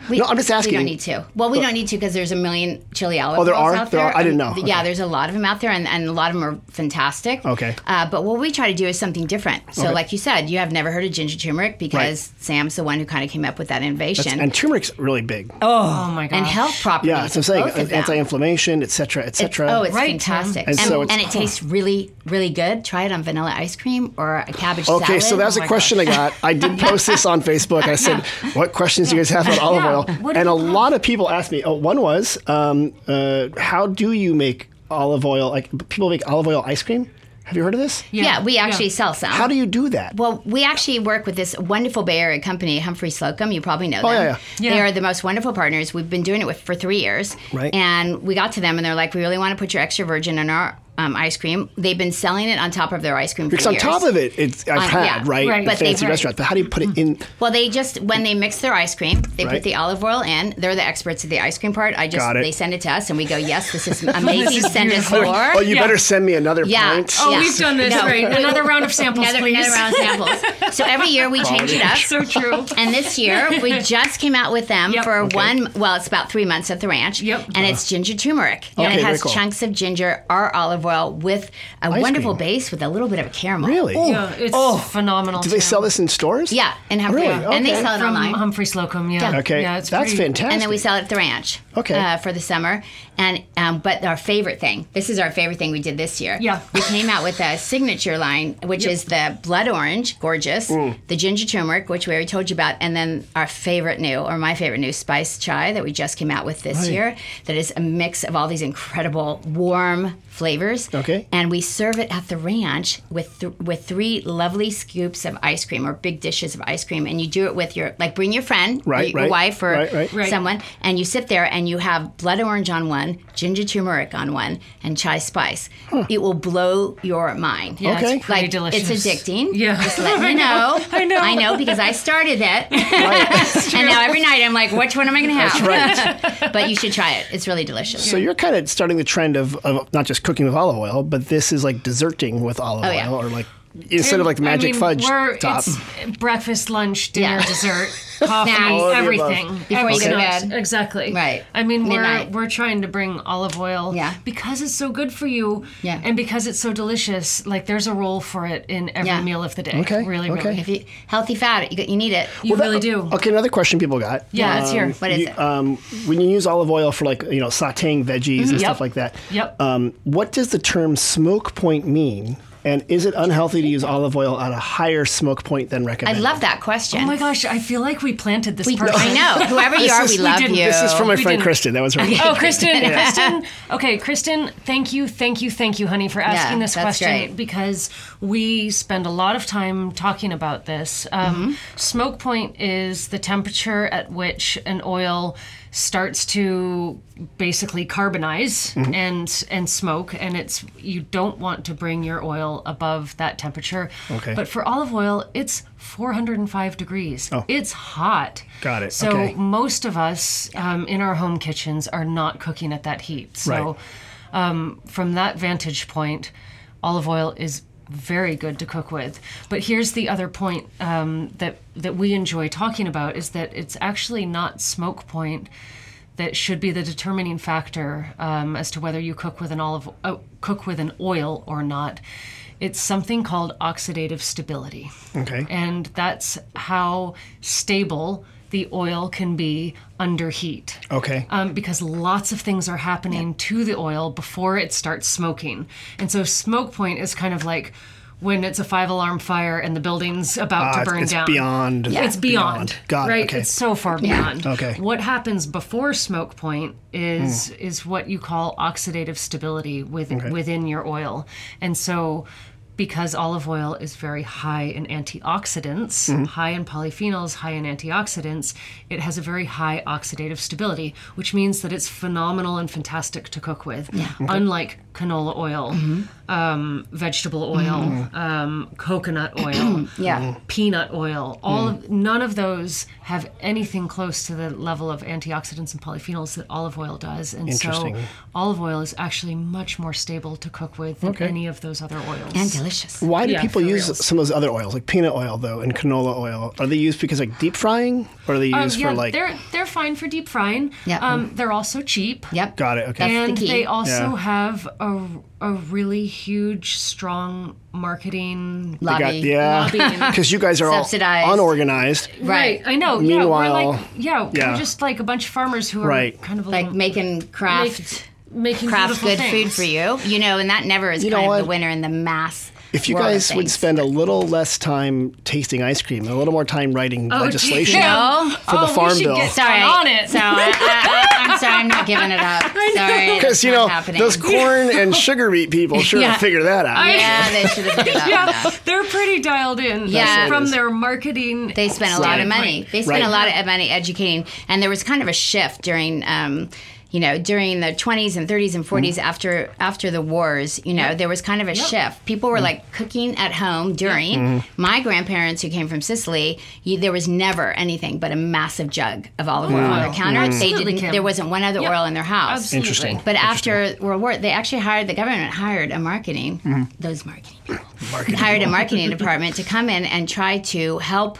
Speaker 2: We-
Speaker 1: no, I'm just asking.
Speaker 2: We don't need to. Well, we don't need to because there's a million chili olive
Speaker 1: Oh, there
Speaker 2: oils
Speaker 1: are?
Speaker 2: out
Speaker 1: There
Speaker 2: there.
Speaker 1: are? I didn't know.
Speaker 2: Um, Yeah,
Speaker 1: Okay.
Speaker 2: there's a lot of them out there, and, and a lot of them are fantastic.
Speaker 1: Okay.
Speaker 2: Uh, but what we try to do is something different. So, like you said, you have never heard of ginger turmeric because Sam's the one who kind of came up with that innovation
Speaker 1: And turmeric's really big.
Speaker 3: Oh my god.
Speaker 2: and health properties.
Speaker 1: yeah, that's what I'm
Speaker 2: of
Speaker 1: saying. uh,
Speaker 2: both of them.
Speaker 1: Anti-inflammation, et cetera, et cetera.
Speaker 2: Oh, it's
Speaker 3: Right, Tom.
Speaker 2: fantastic.
Speaker 1: And
Speaker 2: And,
Speaker 1: so it's-
Speaker 2: and it tastes really, really good. Try it on vanilla ice cream or a cabbage salad. Oh
Speaker 1: Okay, so that was a
Speaker 3: my
Speaker 1: question I got. I did post this on Facebook. I said, "What questions do you guys have about olive
Speaker 3: Yeah,
Speaker 1: oil?"
Speaker 3: what do
Speaker 1: And a
Speaker 3: you have?
Speaker 1: lot of people asked me. Oh, one was, um, uh, "How do you make olive oil? Like people make olive oil ice cream. Have you heard of this?
Speaker 2: yeah, we actually sell some.
Speaker 1: How do you do that?
Speaker 2: Well, we actually work with this wonderful Bay Area company, Humphrey Slocum. You probably know them.
Speaker 1: Oh, yeah,
Speaker 3: yeah.
Speaker 2: They
Speaker 3: Yeah.
Speaker 2: are the most wonderful partners. We've been doing it with for three years.
Speaker 1: Right.
Speaker 2: And we got to them, and they're like, "We really want to put your extra virgin in our um, ice cream." They've been selling it on top of their ice cream
Speaker 1: because
Speaker 2: for
Speaker 1: on
Speaker 2: years.
Speaker 1: top of it, it's I've
Speaker 2: Uh,
Speaker 1: had
Speaker 2: yeah,
Speaker 1: right,
Speaker 3: right.
Speaker 1: in
Speaker 2: But they-
Speaker 1: fancy
Speaker 2: right.
Speaker 1: restaurants, but how do you put it in?
Speaker 2: Well, they just when they mix their ice cream, they
Speaker 1: Right.
Speaker 2: put the olive oil in. They're the experts at the ice cream part. I just
Speaker 1: Got it.
Speaker 2: they send it to us, and we go, "Yes, this is amazing.
Speaker 3: is
Speaker 2: send us
Speaker 3: beautiful.
Speaker 2: more."
Speaker 1: Oh, you
Speaker 3: Yeah.
Speaker 1: better send me another
Speaker 2: Yeah.
Speaker 1: pint.
Speaker 3: Oh,
Speaker 2: Yeah.
Speaker 3: we've done this
Speaker 2: No.
Speaker 3: right. Another round of samples,
Speaker 2: another,
Speaker 3: please.
Speaker 2: another round of samples. So every year we change it up.
Speaker 3: So true.
Speaker 2: And this year, we just came out with them
Speaker 3: Yep.
Speaker 2: for
Speaker 3: Okay.
Speaker 2: one. Well, it's about three months at the ranch.
Speaker 3: Yep.
Speaker 2: And it's ginger turmeric. and
Speaker 1: Okay,
Speaker 2: it
Speaker 1: very
Speaker 2: has
Speaker 1: cool.
Speaker 2: chunks of ginger or olive oil with a wonderful
Speaker 1: cream.
Speaker 2: base with a little bit of a caramel.
Speaker 1: really?
Speaker 3: Yeah, it's phenomenal.
Speaker 1: Do they
Speaker 3: too.
Speaker 1: sell this in stores?
Speaker 2: Yeah, in Humphrey.
Speaker 1: Really?
Speaker 2: And they
Speaker 1: Okay.
Speaker 2: sell it
Speaker 3: from
Speaker 2: online.
Speaker 3: Humphrey Slocum? Yeah.
Speaker 2: Yeah.
Speaker 1: Okay,
Speaker 3: Yeah, it's
Speaker 1: that's
Speaker 3: pretty-
Speaker 1: fantastic.
Speaker 2: and then we sell it at the ranch.
Speaker 1: Okay.
Speaker 2: Uh, for the summer, and um, but our favorite thing. This is our favorite thing we did this year.
Speaker 3: Yeah.
Speaker 2: We came out with a signature line, which is the blood orange, gorgeous,
Speaker 1: Mm.
Speaker 2: the ginger turmeric, which we already told you about, and then our favorite new, or my favorite new, spice chai that we just came out with this
Speaker 1: Right.
Speaker 2: year. That is a mix of all these incredible warm flavors.
Speaker 1: Okay.
Speaker 2: And we serve it at the ranch with th- with three lovely scoops of ice cream or big dishes of ice cream, and you do it with your like bring your friend, or
Speaker 1: Right,
Speaker 2: your
Speaker 1: right,
Speaker 2: wife, or
Speaker 1: right, right.
Speaker 3: Right.
Speaker 2: someone, and you sit there and you have blood orange on one, ginger turmeric on one, and chai spice. It will blow your mind.
Speaker 3: Yeah,
Speaker 1: Okay.
Speaker 3: It's pretty
Speaker 2: like
Speaker 3: delicious.
Speaker 2: it's addicting.
Speaker 3: Yeah.
Speaker 2: just let you know. I
Speaker 3: know.
Speaker 2: I know because I started it, and now every night I'm like, which one am I going to have?
Speaker 1: Right.
Speaker 2: but you should try it. It's really delicious.
Speaker 1: So you're kind of starting the trend of, of not just cooking with olive oil, but this is like desserting with olive
Speaker 2: Oh,
Speaker 1: oil,
Speaker 2: yeah.
Speaker 1: or like instead of like the
Speaker 3: I
Speaker 1: magic
Speaker 3: mean,
Speaker 1: fudge
Speaker 3: we're-
Speaker 1: top.
Speaker 3: It's breakfast, lunch, dinner,
Speaker 2: Yeah.
Speaker 3: dessert, coffee,
Speaker 2: Snacks. All of
Speaker 1: the
Speaker 3: everything.
Speaker 1: above.
Speaker 2: Before you go to
Speaker 3: Snacks,
Speaker 2: bed.
Speaker 3: Exactly.
Speaker 2: Right.
Speaker 3: I mean, we're
Speaker 2: Midnight.
Speaker 3: we're trying to bring olive oil
Speaker 2: Yeah.
Speaker 3: because it's so good for you
Speaker 2: Yeah.
Speaker 3: and because it's so delicious. Like there's a role for it in every
Speaker 2: Yeah.
Speaker 3: meal of the day.
Speaker 1: Okay,
Speaker 3: Really,
Speaker 1: okay.
Speaker 3: really.
Speaker 2: If you healthy fat, you, you need it. Uh,
Speaker 3: You really do.
Speaker 1: Okay, another question people got.
Speaker 3: Yeah, it's here.
Speaker 2: What is
Speaker 1: you-
Speaker 2: it?
Speaker 1: Um, when you use olive oil for like you know sautéing veggies and stuff
Speaker 3: Mm-hmm. Yep.
Speaker 1: like that.
Speaker 3: Yep.
Speaker 1: Um, what does the term smoke point mean? And is it unhealthy to use olive oil at a higher smoke point than
Speaker 2: I
Speaker 1: recommended?
Speaker 2: love that question.
Speaker 3: Oh my gosh, I feel like we planted this
Speaker 2: We,
Speaker 3: person.
Speaker 2: I know. Whoever you are,
Speaker 3: is-
Speaker 2: we
Speaker 3: we
Speaker 2: love
Speaker 3: didn't-
Speaker 2: you.
Speaker 1: This is from my
Speaker 3: We
Speaker 1: friend
Speaker 3: didn't-
Speaker 1: Kristen. That was her.
Speaker 3: Oh, Kristen, Kristen. Okay, Kristen, thank you, thank you, thank you, honey, for asking this
Speaker 2: that's
Speaker 3: question
Speaker 2: great.
Speaker 3: because we spend a lot of time talking about this.
Speaker 2: Mm-hmm.
Speaker 3: Um, Smoke point is the temperature at which an oil starts to basically carbonize
Speaker 2: Mm-hmm.
Speaker 3: and and smoke and it's you don't want to bring your oil above that temperature
Speaker 1: Okay.
Speaker 3: but for olive oil it's 405 degrees
Speaker 1: Oh.
Speaker 3: it's hot
Speaker 1: Got it.
Speaker 3: so
Speaker 1: Okay.
Speaker 3: most of us um, in our home kitchens are not cooking at that heat. So,
Speaker 1: Right.
Speaker 3: um, from that vantage point, olive oil is very good to cook with. But here's the other point um, that that we enjoy talking about is that it's actually not smoke point that should be the determining factor um, as to whether you cook with an olive uh, cook with an oil or not. It's something called oxidative stability.
Speaker 1: Okay.
Speaker 3: And that's how stable the oil can be under heat.
Speaker 1: Okay.
Speaker 3: Um, because lots of things are happening to the oil before it starts smoking. And so, smoke point is kind of like when it's a five alarm fire and the building's about
Speaker 1: Ah,
Speaker 3: to
Speaker 1: it's-
Speaker 3: burn
Speaker 1: it's
Speaker 3: down.
Speaker 1: beyond- Yeah.
Speaker 3: It's beyond.
Speaker 1: beyond. Got it,
Speaker 3: right?
Speaker 1: okay.
Speaker 3: It's so far beyond.
Speaker 1: Okay.
Speaker 3: What happens before smoke point is is what you call oxidative stability with, within your oil. And so because olive oil is very high in antioxidants, high in polyphenols, high in antioxidants, it has a very high oxidative stability, which means that it's phenomenal and fantastic to cook with. Unlike canola oil, um, vegetable oil, um, coconut oil, Um,
Speaker 2: Yeah.
Speaker 1: Mm.
Speaker 2: Mhm.
Speaker 3: peanut oil.
Speaker 1: Hmm.
Speaker 3: All of, none of those have anything close to the level of antioxidants and polyphenols that olive oil does, and so
Speaker 1: Interesting.
Speaker 3: olive oil is actually much more stable to cook with than
Speaker 1: Okay.
Speaker 3: any of those other oils.
Speaker 2: and delicious.
Speaker 1: Why do
Speaker 3: Yeah,
Speaker 1: people
Speaker 3: for
Speaker 1: use
Speaker 3: reals.
Speaker 1: some of those other oils, like peanut oil though, and canola oil? Are they used because like deep frying, or are they
Speaker 3: Um,
Speaker 1: used
Speaker 3: yeah,
Speaker 1: for like?
Speaker 3: they're they're fine for deep frying.
Speaker 2: Yeah.
Speaker 3: Um, they're also cheap.
Speaker 2: Yep.
Speaker 1: Got it, okay.
Speaker 2: That's
Speaker 3: and
Speaker 2: the key.
Speaker 3: they also
Speaker 1: Yeah.
Speaker 3: have a, a really huge, strong marketing
Speaker 2: lobby.
Speaker 1: Got- uh, yeah,
Speaker 2: Lobby.
Speaker 1: because you guys are all
Speaker 2: Subsidized.
Speaker 1: unorganized.
Speaker 2: right.
Speaker 3: I know. yeah, we're
Speaker 1: Meanwhile-
Speaker 3: like yeah,
Speaker 1: Yeah.
Speaker 3: we're just like a bunch of farmers who are
Speaker 1: Right.
Speaker 3: kind of
Speaker 2: Like
Speaker 3: little-
Speaker 2: making
Speaker 3: make-
Speaker 2: craft
Speaker 3: making
Speaker 2: craft
Speaker 3: beautiful
Speaker 2: good food
Speaker 3: things.
Speaker 2: for you. You know, and that never is
Speaker 1: You know
Speaker 2: kind of the
Speaker 1: what?
Speaker 2: winner in the mass.
Speaker 1: If you
Speaker 2: world of
Speaker 1: guys would
Speaker 2: things.
Speaker 1: spend a little less time tasting ice cream and a little more time writing
Speaker 3: Oh,
Speaker 1: legislation,
Speaker 3: damn.
Speaker 2: No.
Speaker 1: For the
Speaker 3: Oh,
Speaker 1: farm
Speaker 3: we should
Speaker 1: bill.
Speaker 3: Get
Speaker 2: Sorry.
Speaker 3: on it.
Speaker 2: So I, I, I, am sorry, I'm not giving it up. Sorry.
Speaker 1: because
Speaker 2: that's
Speaker 1: you
Speaker 2: not
Speaker 1: know
Speaker 2: happening.
Speaker 1: those corn and sugar beet people sure
Speaker 2: Yeah.
Speaker 1: to figure that out.
Speaker 2: yeah, they should have given up.
Speaker 3: yeah, they're pretty dialed in.
Speaker 2: Yeah.
Speaker 3: from their marketing.
Speaker 2: They spent a lot of money. They spent
Speaker 1: Right.
Speaker 2: a lot of money educating, and there was kind of a shift during, um, you know, during the 20s and 30s and 40s
Speaker 3: Mm-hmm.
Speaker 2: after after the wars. You know, there was kind of a shift. People
Speaker 3: Mm-hmm.
Speaker 2: were like cooking at home during. My grandparents, who came from Sicily, you, there was never anything but a massive jug of olive oil on
Speaker 3: Wow. Mm-hmm.
Speaker 2: the counter. They
Speaker 3: Absolutely,
Speaker 2: didn't.
Speaker 3: Kim.
Speaker 2: There wasn't one other oil in their house.
Speaker 3: Absolutely.
Speaker 1: Interesting.
Speaker 2: But after World War, they actually hired the government hired a marketing
Speaker 1: Mm-hmm.
Speaker 2: those marketing people hired a marketing department to come in and try to help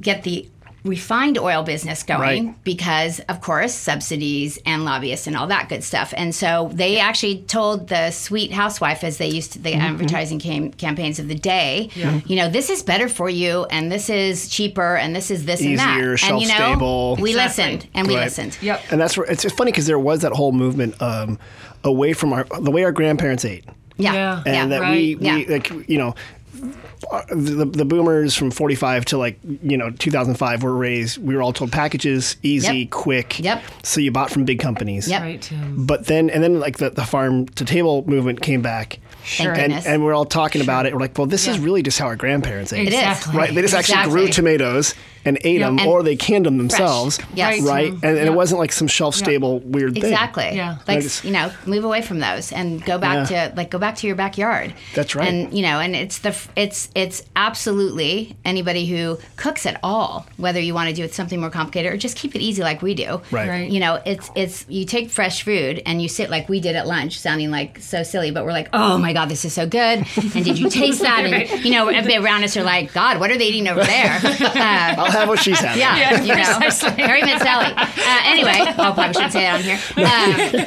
Speaker 2: get the refined oil business going
Speaker 1: Right.
Speaker 2: because of course subsidies and lobbyists and all that good stuff and so they actually told the sweet housewife as they used to the
Speaker 1: Mm-hmm.
Speaker 2: advertising cam- campaigns of the day you know this is better for you and this is cheaper and this is this
Speaker 1: Easier,
Speaker 2: and that and you know
Speaker 1: shelf-stable.
Speaker 2: we
Speaker 3: Exactly.
Speaker 2: listened and we
Speaker 1: Right.
Speaker 2: listened
Speaker 3: Yep.
Speaker 1: And that's where it's just funny because there was that whole movement um, away from our the way our grandparents ate,
Speaker 2: yeah
Speaker 3: Yeah.
Speaker 1: and
Speaker 2: yeah
Speaker 1: that we,
Speaker 2: right.
Speaker 1: we
Speaker 2: Yeah.
Speaker 1: like you know. The, the boomers from 45 to like you know 2005 were raised we were all told packages easy
Speaker 2: Yep.
Speaker 1: quick
Speaker 2: Yep.
Speaker 1: so you bought from big companies
Speaker 2: Yep.
Speaker 3: Right. um,
Speaker 1: but then and then like the, the farm to table movement came back
Speaker 3: Sure.
Speaker 1: and,
Speaker 2: goodness.
Speaker 1: and we're all talking about it we're like well this is
Speaker 3: Yeah.
Speaker 1: really just how our grandparents ate
Speaker 2: It is.
Speaker 3: Exactly.
Speaker 1: right they just actually grew
Speaker 2: Exactly.
Speaker 1: tomatoes and ate
Speaker 3: Yeah.
Speaker 1: them
Speaker 2: And
Speaker 1: or they canned them themselves
Speaker 2: Yes. Right.
Speaker 1: right and, and
Speaker 3: Yeah.
Speaker 1: it wasn't like some shelf stable weird thing
Speaker 2: Exactly.
Speaker 3: Yeah.
Speaker 1: I
Speaker 2: Like
Speaker 1: just-
Speaker 2: you know, move away from those and go back
Speaker 1: Yeah.
Speaker 2: to like go back to your backyard.
Speaker 1: That's right.
Speaker 2: And you know, and it's the f- it's it's absolutely anybody who cooks at all, whether you want to do it something more complicated or just keep it easy like we do.
Speaker 1: Right.
Speaker 3: Right.
Speaker 2: You know, it's it's you take fresh food and you sit like we did at lunch, sounding like so silly, but we're like, oh my god, this is so good. And did you taste that? And you know, everybody around us are like, God, what are they eating over there? Uh,
Speaker 1: I'll have what she's having.
Speaker 2: yeah,
Speaker 3: Yeah,
Speaker 2: you know,
Speaker 3: precisely.
Speaker 2: Harry met Sally. Uh, anyway, I probably shouldn't say that on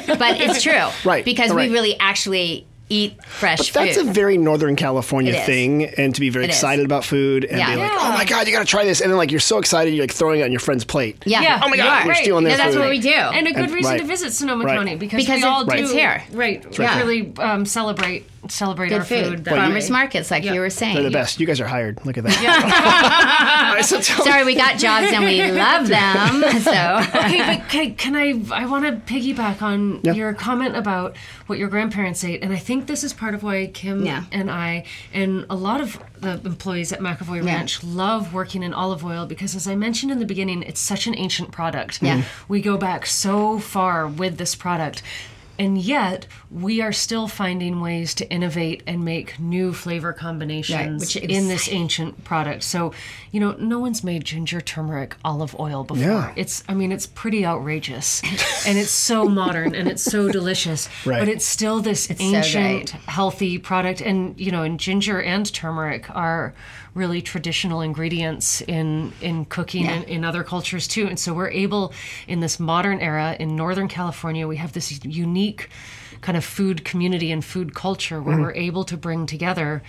Speaker 2: here, Um but it's true,
Speaker 1: Right,
Speaker 2: Because
Speaker 1: right.
Speaker 2: we really actually eat fresh
Speaker 1: That's
Speaker 2: food.
Speaker 1: a very Northern California
Speaker 2: It is.
Speaker 1: thing, and to be very
Speaker 2: It is.
Speaker 1: excited about food and
Speaker 2: Yeah.
Speaker 1: be like,
Speaker 3: Yeah.
Speaker 1: "Oh my god, you got to try this!" and then like you're so excited, you're like throwing it on your friend's plate.
Speaker 2: yeah.
Speaker 3: Yeah. Oh my
Speaker 1: Oh my
Speaker 2: you
Speaker 1: god,
Speaker 2: are.
Speaker 1: we're
Speaker 3: right.
Speaker 1: stealing their
Speaker 2: Because that's
Speaker 1: food.
Speaker 2: what we do.
Speaker 3: and a good
Speaker 1: And-
Speaker 3: reason
Speaker 1: right.
Speaker 3: to visit Sonoma
Speaker 1: Right.
Speaker 3: County because,
Speaker 2: Because
Speaker 3: we all
Speaker 2: it's-
Speaker 3: do
Speaker 2: it's here.
Speaker 3: right
Speaker 2: Yeah.
Speaker 3: really um, celebrate celebrate our
Speaker 2: good
Speaker 3: food,
Speaker 2: food.
Speaker 3: that
Speaker 2: Farmers
Speaker 3: way.
Speaker 2: markets, like you were saying.
Speaker 1: They're the best. You guys are hired. Look at that. All right, so tell me-
Speaker 2: Sorry, we got jobs and we love them. So
Speaker 3: okay, but can, can I? I want to piggyback on your comment about what your grandparents ate, and I think this is part of why Kim
Speaker 2: Yeah.
Speaker 3: and I and a lot of the employees at McAvoy Ranch love working in olive oil because, as I mentioned in the beginning, it's such an ancient product.
Speaker 2: Yeah.
Speaker 3: we go back so far with this product. And yet, we are still finding ways to innovate and make new flavor combinations
Speaker 2: which is
Speaker 3: in this ancient product. So, you know, no one's made ginger, turmeric, olive oil before.
Speaker 1: Yeah.
Speaker 3: It's I mean it's pretty outrageous and it's so modern and it's so delicious.
Speaker 1: Right.
Speaker 3: But it's still this
Speaker 2: so
Speaker 3: ancient healthy product and you know and ginger and turmeric are really traditional ingredients in in cooking and in other cultures too. And so we're able in this modern era in northern California we have this unique kind of food community and food culture where
Speaker 1: Mm-hmm.
Speaker 3: we're able to bring together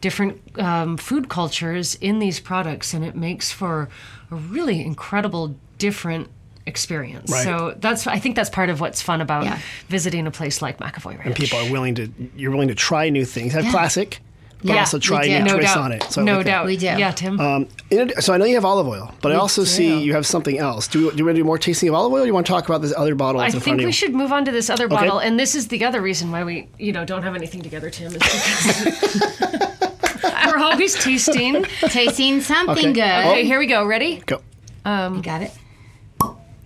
Speaker 3: different um, food cultures in these products, and it makes for a really incredible, different experience.
Speaker 1: Right.
Speaker 3: So that's I think that's part of what's fun about
Speaker 2: Yeah.
Speaker 3: visiting a place like McAvoy Ranch.
Speaker 1: people are willing to. You're willing to try new things. Have classic, but
Speaker 2: Yeah,
Speaker 1: also
Speaker 2: we
Speaker 1: try
Speaker 2: do.
Speaker 1: new
Speaker 3: no
Speaker 1: twists
Speaker 3: doubt.
Speaker 1: on it. So I
Speaker 3: no
Speaker 1: like that.
Speaker 3: doubt.
Speaker 2: We do.
Speaker 3: Yeah, Tim.
Speaker 1: Um, in ad- so I know you have olive oil, but I also see you have something else. Do, we- do you want to do more tasting of olive oil? Or do you want to talk about this other bottle
Speaker 3: I
Speaker 1: that's in front of
Speaker 3: think
Speaker 1: you?
Speaker 3: we should move on to this other bottle, and this is the other reason why we, you know, don't have anything together, Tim, is because we're always tasting.
Speaker 2: tasting something
Speaker 1: Okay.
Speaker 2: good.
Speaker 3: Okay, here we go. Ready?
Speaker 1: Go.
Speaker 2: You got it.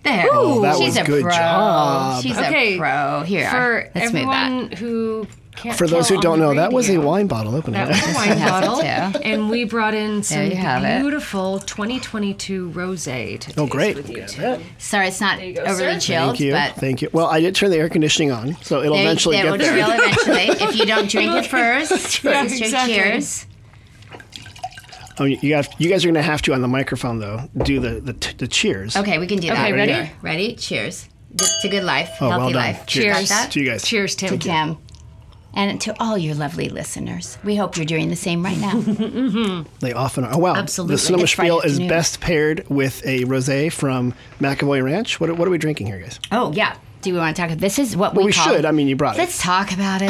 Speaker 2: There.
Speaker 1: Oh, that
Speaker 2: She's
Speaker 1: was
Speaker 2: a
Speaker 1: good
Speaker 2: pro.
Speaker 1: job.
Speaker 2: She's
Speaker 3: Okay.
Speaker 2: a pro. Here.
Speaker 3: For
Speaker 2: let's move that.
Speaker 3: everyone who Can't
Speaker 1: For those who
Speaker 3: tell on
Speaker 1: don't
Speaker 3: the
Speaker 1: know, that was a
Speaker 3: radio.
Speaker 1: wine bottle
Speaker 3: That
Speaker 1: opener. Oh,
Speaker 3: was a wine bottle,
Speaker 4: too.
Speaker 3: and we brought in some
Speaker 4: you have it.
Speaker 3: beautiful 2022 rosé to
Speaker 1: Oh,
Speaker 3: taste
Speaker 1: great.
Speaker 3: with you
Speaker 1: Look at
Speaker 3: too.
Speaker 1: that.
Speaker 2: Sorry, it's not
Speaker 3: you go,
Speaker 2: overly
Speaker 3: sir.
Speaker 2: chilled,
Speaker 1: Thank you.
Speaker 2: but
Speaker 1: Thank you. Well, I did turn the air conditioning on, so it'll
Speaker 2: they,
Speaker 1: eventually
Speaker 2: they
Speaker 1: get
Speaker 2: will
Speaker 1: there.
Speaker 2: drill eventually. if you don't drink it first,
Speaker 3: right.
Speaker 2: it's your
Speaker 3: Exactly.
Speaker 2: cheers.
Speaker 1: I mean, Oh, you, have, you guys are going to have to on the microphone though do the the, t- the cheers.
Speaker 2: Okay, we can do that.
Speaker 3: Okay, ready?
Speaker 2: Yeah. Ready? Cheers. To good life,
Speaker 1: Oh,
Speaker 2: healthy
Speaker 1: well done.
Speaker 2: life.
Speaker 1: Cheers.
Speaker 2: Got that?
Speaker 1: To you guys.
Speaker 3: Cheers, Tim.
Speaker 2: Kim. And to all your lovely listeners, we hope you're doing the same right now.
Speaker 1: They often are. Oh wow!
Speaker 2: Absolutely.
Speaker 1: The Sonoma
Speaker 2: It's Friday
Speaker 1: Spiel is
Speaker 2: afternoon.
Speaker 1: best paired with a rosé from McAvoy Ranch. What, are- what are we drinking here, guys?
Speaker 2: oh yeah. Do we want to talk? This is what we.
Speaker 1: we
Speaker 2: call-
Speaker 1: should. I mean, you brought it.
Speaker 2: Let's talk about it.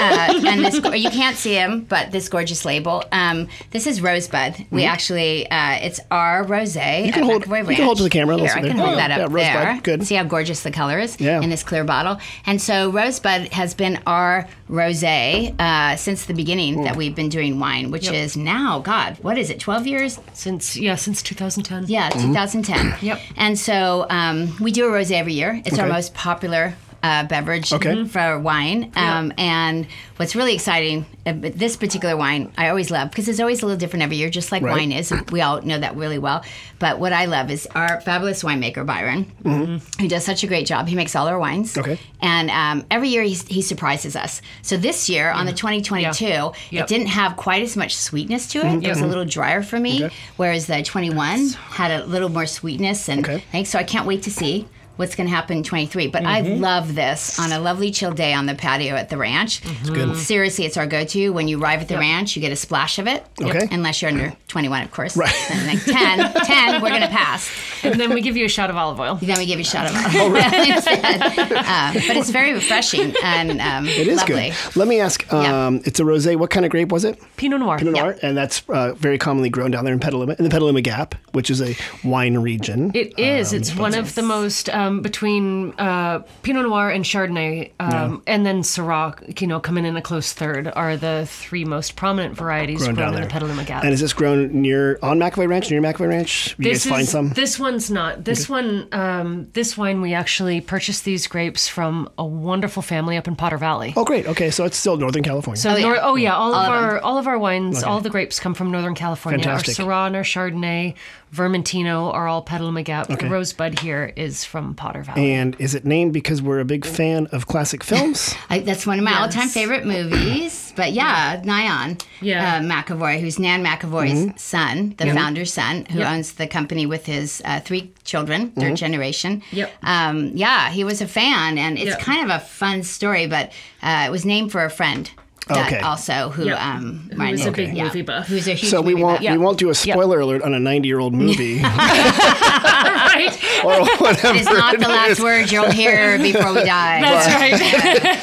Speaker 2: uh, and this, you can't see him, but this gorgeous label. Um, this is Rosebud. We actually, uh, it's our rosé. You
Speaker 1: can hold- Mm-hmm. you can hold to the camera.
Speaker 2: Here,
Speaker 1: That's
Speaker 2: I
Speaker 1: okay.
Speaker 2: can hold
Speaker 1: Yeah,
Speaker 2: that up
Speaker 1: yeah, Rosebud.
Speaker 2: there.
Speaker 1: Good.
Speaker 2: See how gorgeous the color is
Speaker 1: Yeah.
Speaker 2: in this clear bottle. And so Rosebud has been our rosé uh, since the beginning that we've been doing wine, which is now, God, what is it? Twelve years?
Speaker 3: Since yeah, since
Speaker 1: Mm-hmm.
Speaker 3: 2010.
Speaker 2: Yeah, 2010.
Speaker 3: Yep.
Speaker 2: And so um, we do a rosé every year. It's our
Speaker 1: Okay.
Speaker 2: most popular uh, beverage
Speaker 1: Okay.
Speaker 2: for wine. Um, And what's really exciting, uh, but this particular wine, I always love because it's always a little different every year, just like
Speaker 1: Right.
Speaker 2: wine is. We all know that really well. But what I love is our fabulous winemaker Byron, who does such a great job. He makes all our wines.
Speaker 1: Mm-hmm. Okay.
Speaker 2: And um, every year he's, he surprises us. So this year on the 2022,
Speaker 3: Yep.
Speaker 2: it didn't have quite as much sweetness to it. It was a little drier for me,
Speaker 1: Mm-hmm. Okay.
Speaker 2: whereas the 21 had a little more sweetness and
Speaker 1: Okay.
Speaker 2: things. So I can't wait to see what's going to happen in 23. But I
Speaker 1: Mm-hmm.
Speaker 2: love this on a lovely chill day on the patio at the ranch. It's
Speaker 1: Mm-hmm. good.
Speaker 2: Seriously, it's our go-to. When you arrive at the ranch, you get a splash of it.
Speaker 1: Okay.
Speaker 2: Unless you're under 21, of course. Right. And like 10, 10, we're going to pass.
Speaker 3: And then we give you a shot of olive oil.
Speaker 2: Then we give you a shot of
Speaker 1: Oh,
Speaker 2: alcohol instead. Uh, but it's very refreshing and um,
Speaker 1: It is
Speaker 2: lovely.
Speaker 1: good. Let me ask.
Speaker 2: Yeah.
Speaker 1: Um, It's a rosé. What kind of grape was it?
Speaker 3: Pinot Noir.
Speaker 1: Pinot Noir, and that's uh, very commonly grown down there in Petaluma, in the Petaluma Gap, which is a wine region.
Speaker 3: It is. it's one of the most um, between uh, Pinot Noir and Chardonnay, um, and then Syrah. You know, coming in a close third are the three most prominent varieties
Speaker 1: grown
Speaker 3: grown,
Speaker 1: down
Speaker 3: in
Speaker 1: there.
Speaker 3: the Petaluma Gap.
Speaker 1: And is this grown near on McAvoy Ranch? Near McAvoy Ranch? You guys find
Speaker 3: is-
Speaker 1: some?
Speaker 3: This one's not. This one, um, this wine, we actually purchased these grapes from a wonderful family up in Potter Valley.
Speaker 1: oh, great. Okay, so it's still Northern California.
Speaker 3: So, nor- oh,
Speaker 2: yeah.
Speaker 3: yeah. all, of our all of our wines, all the grapes come from Northern California.
Speaker 1: Fantastic.
Speaker 3: Our Syrah, and our Chardonnay, Vermentino are all Petaluma Gap.
Speaker 1: Okay.
Speaker 3: Rosebud here is from Potter Valley.
Speaker 1: and is it named because we're a big fan of classic films?
Speaker 2: I, that's one of my all-time favorite movies. But yeah, Nyan
Speaker 3: Yeah.
Speaker 2: uh, McAvoy, who's Nan McAvoy's
Speaker 1: Mm-hmm.
Speaker 2: son, the founder's son, who owns the company with his uh, three children,
Speaker 1: Mm-hmm.
Speaker 2: third generation.
Speaker 3: Yep.
Speaker 2: Um, yeah, he was a fan, and it's
Speaker 3: Yep.
Speaker 2: kind of a fun story. But uh, it was named for a friend. That
Speaker 1: Okay.
Speaker 2: also who
Speaker 3: Yep.
Speaker 2: um
Speaker 3: Who is
Speaker 2: Ryan-
Speaker 3: a big
Speaker 2: yeah,
Speaker 3: movie buff.
Speaker 2: Who's a huge
Speaker 1: so we
Speaker 2: movie
Speaker 1: won't
Speaker 2: buff.
Speaker 1: we won't do a spoiler alert on a 90 year old movie Eh.
Speaker 3: right.
Speaker 1: or whatever.
Speaker 2: It's not
Speaker 1: it
Speaker 2: the
Speaker 1: is.
Speaker 2: last word you'll hear before we die.
Speaker 3: That's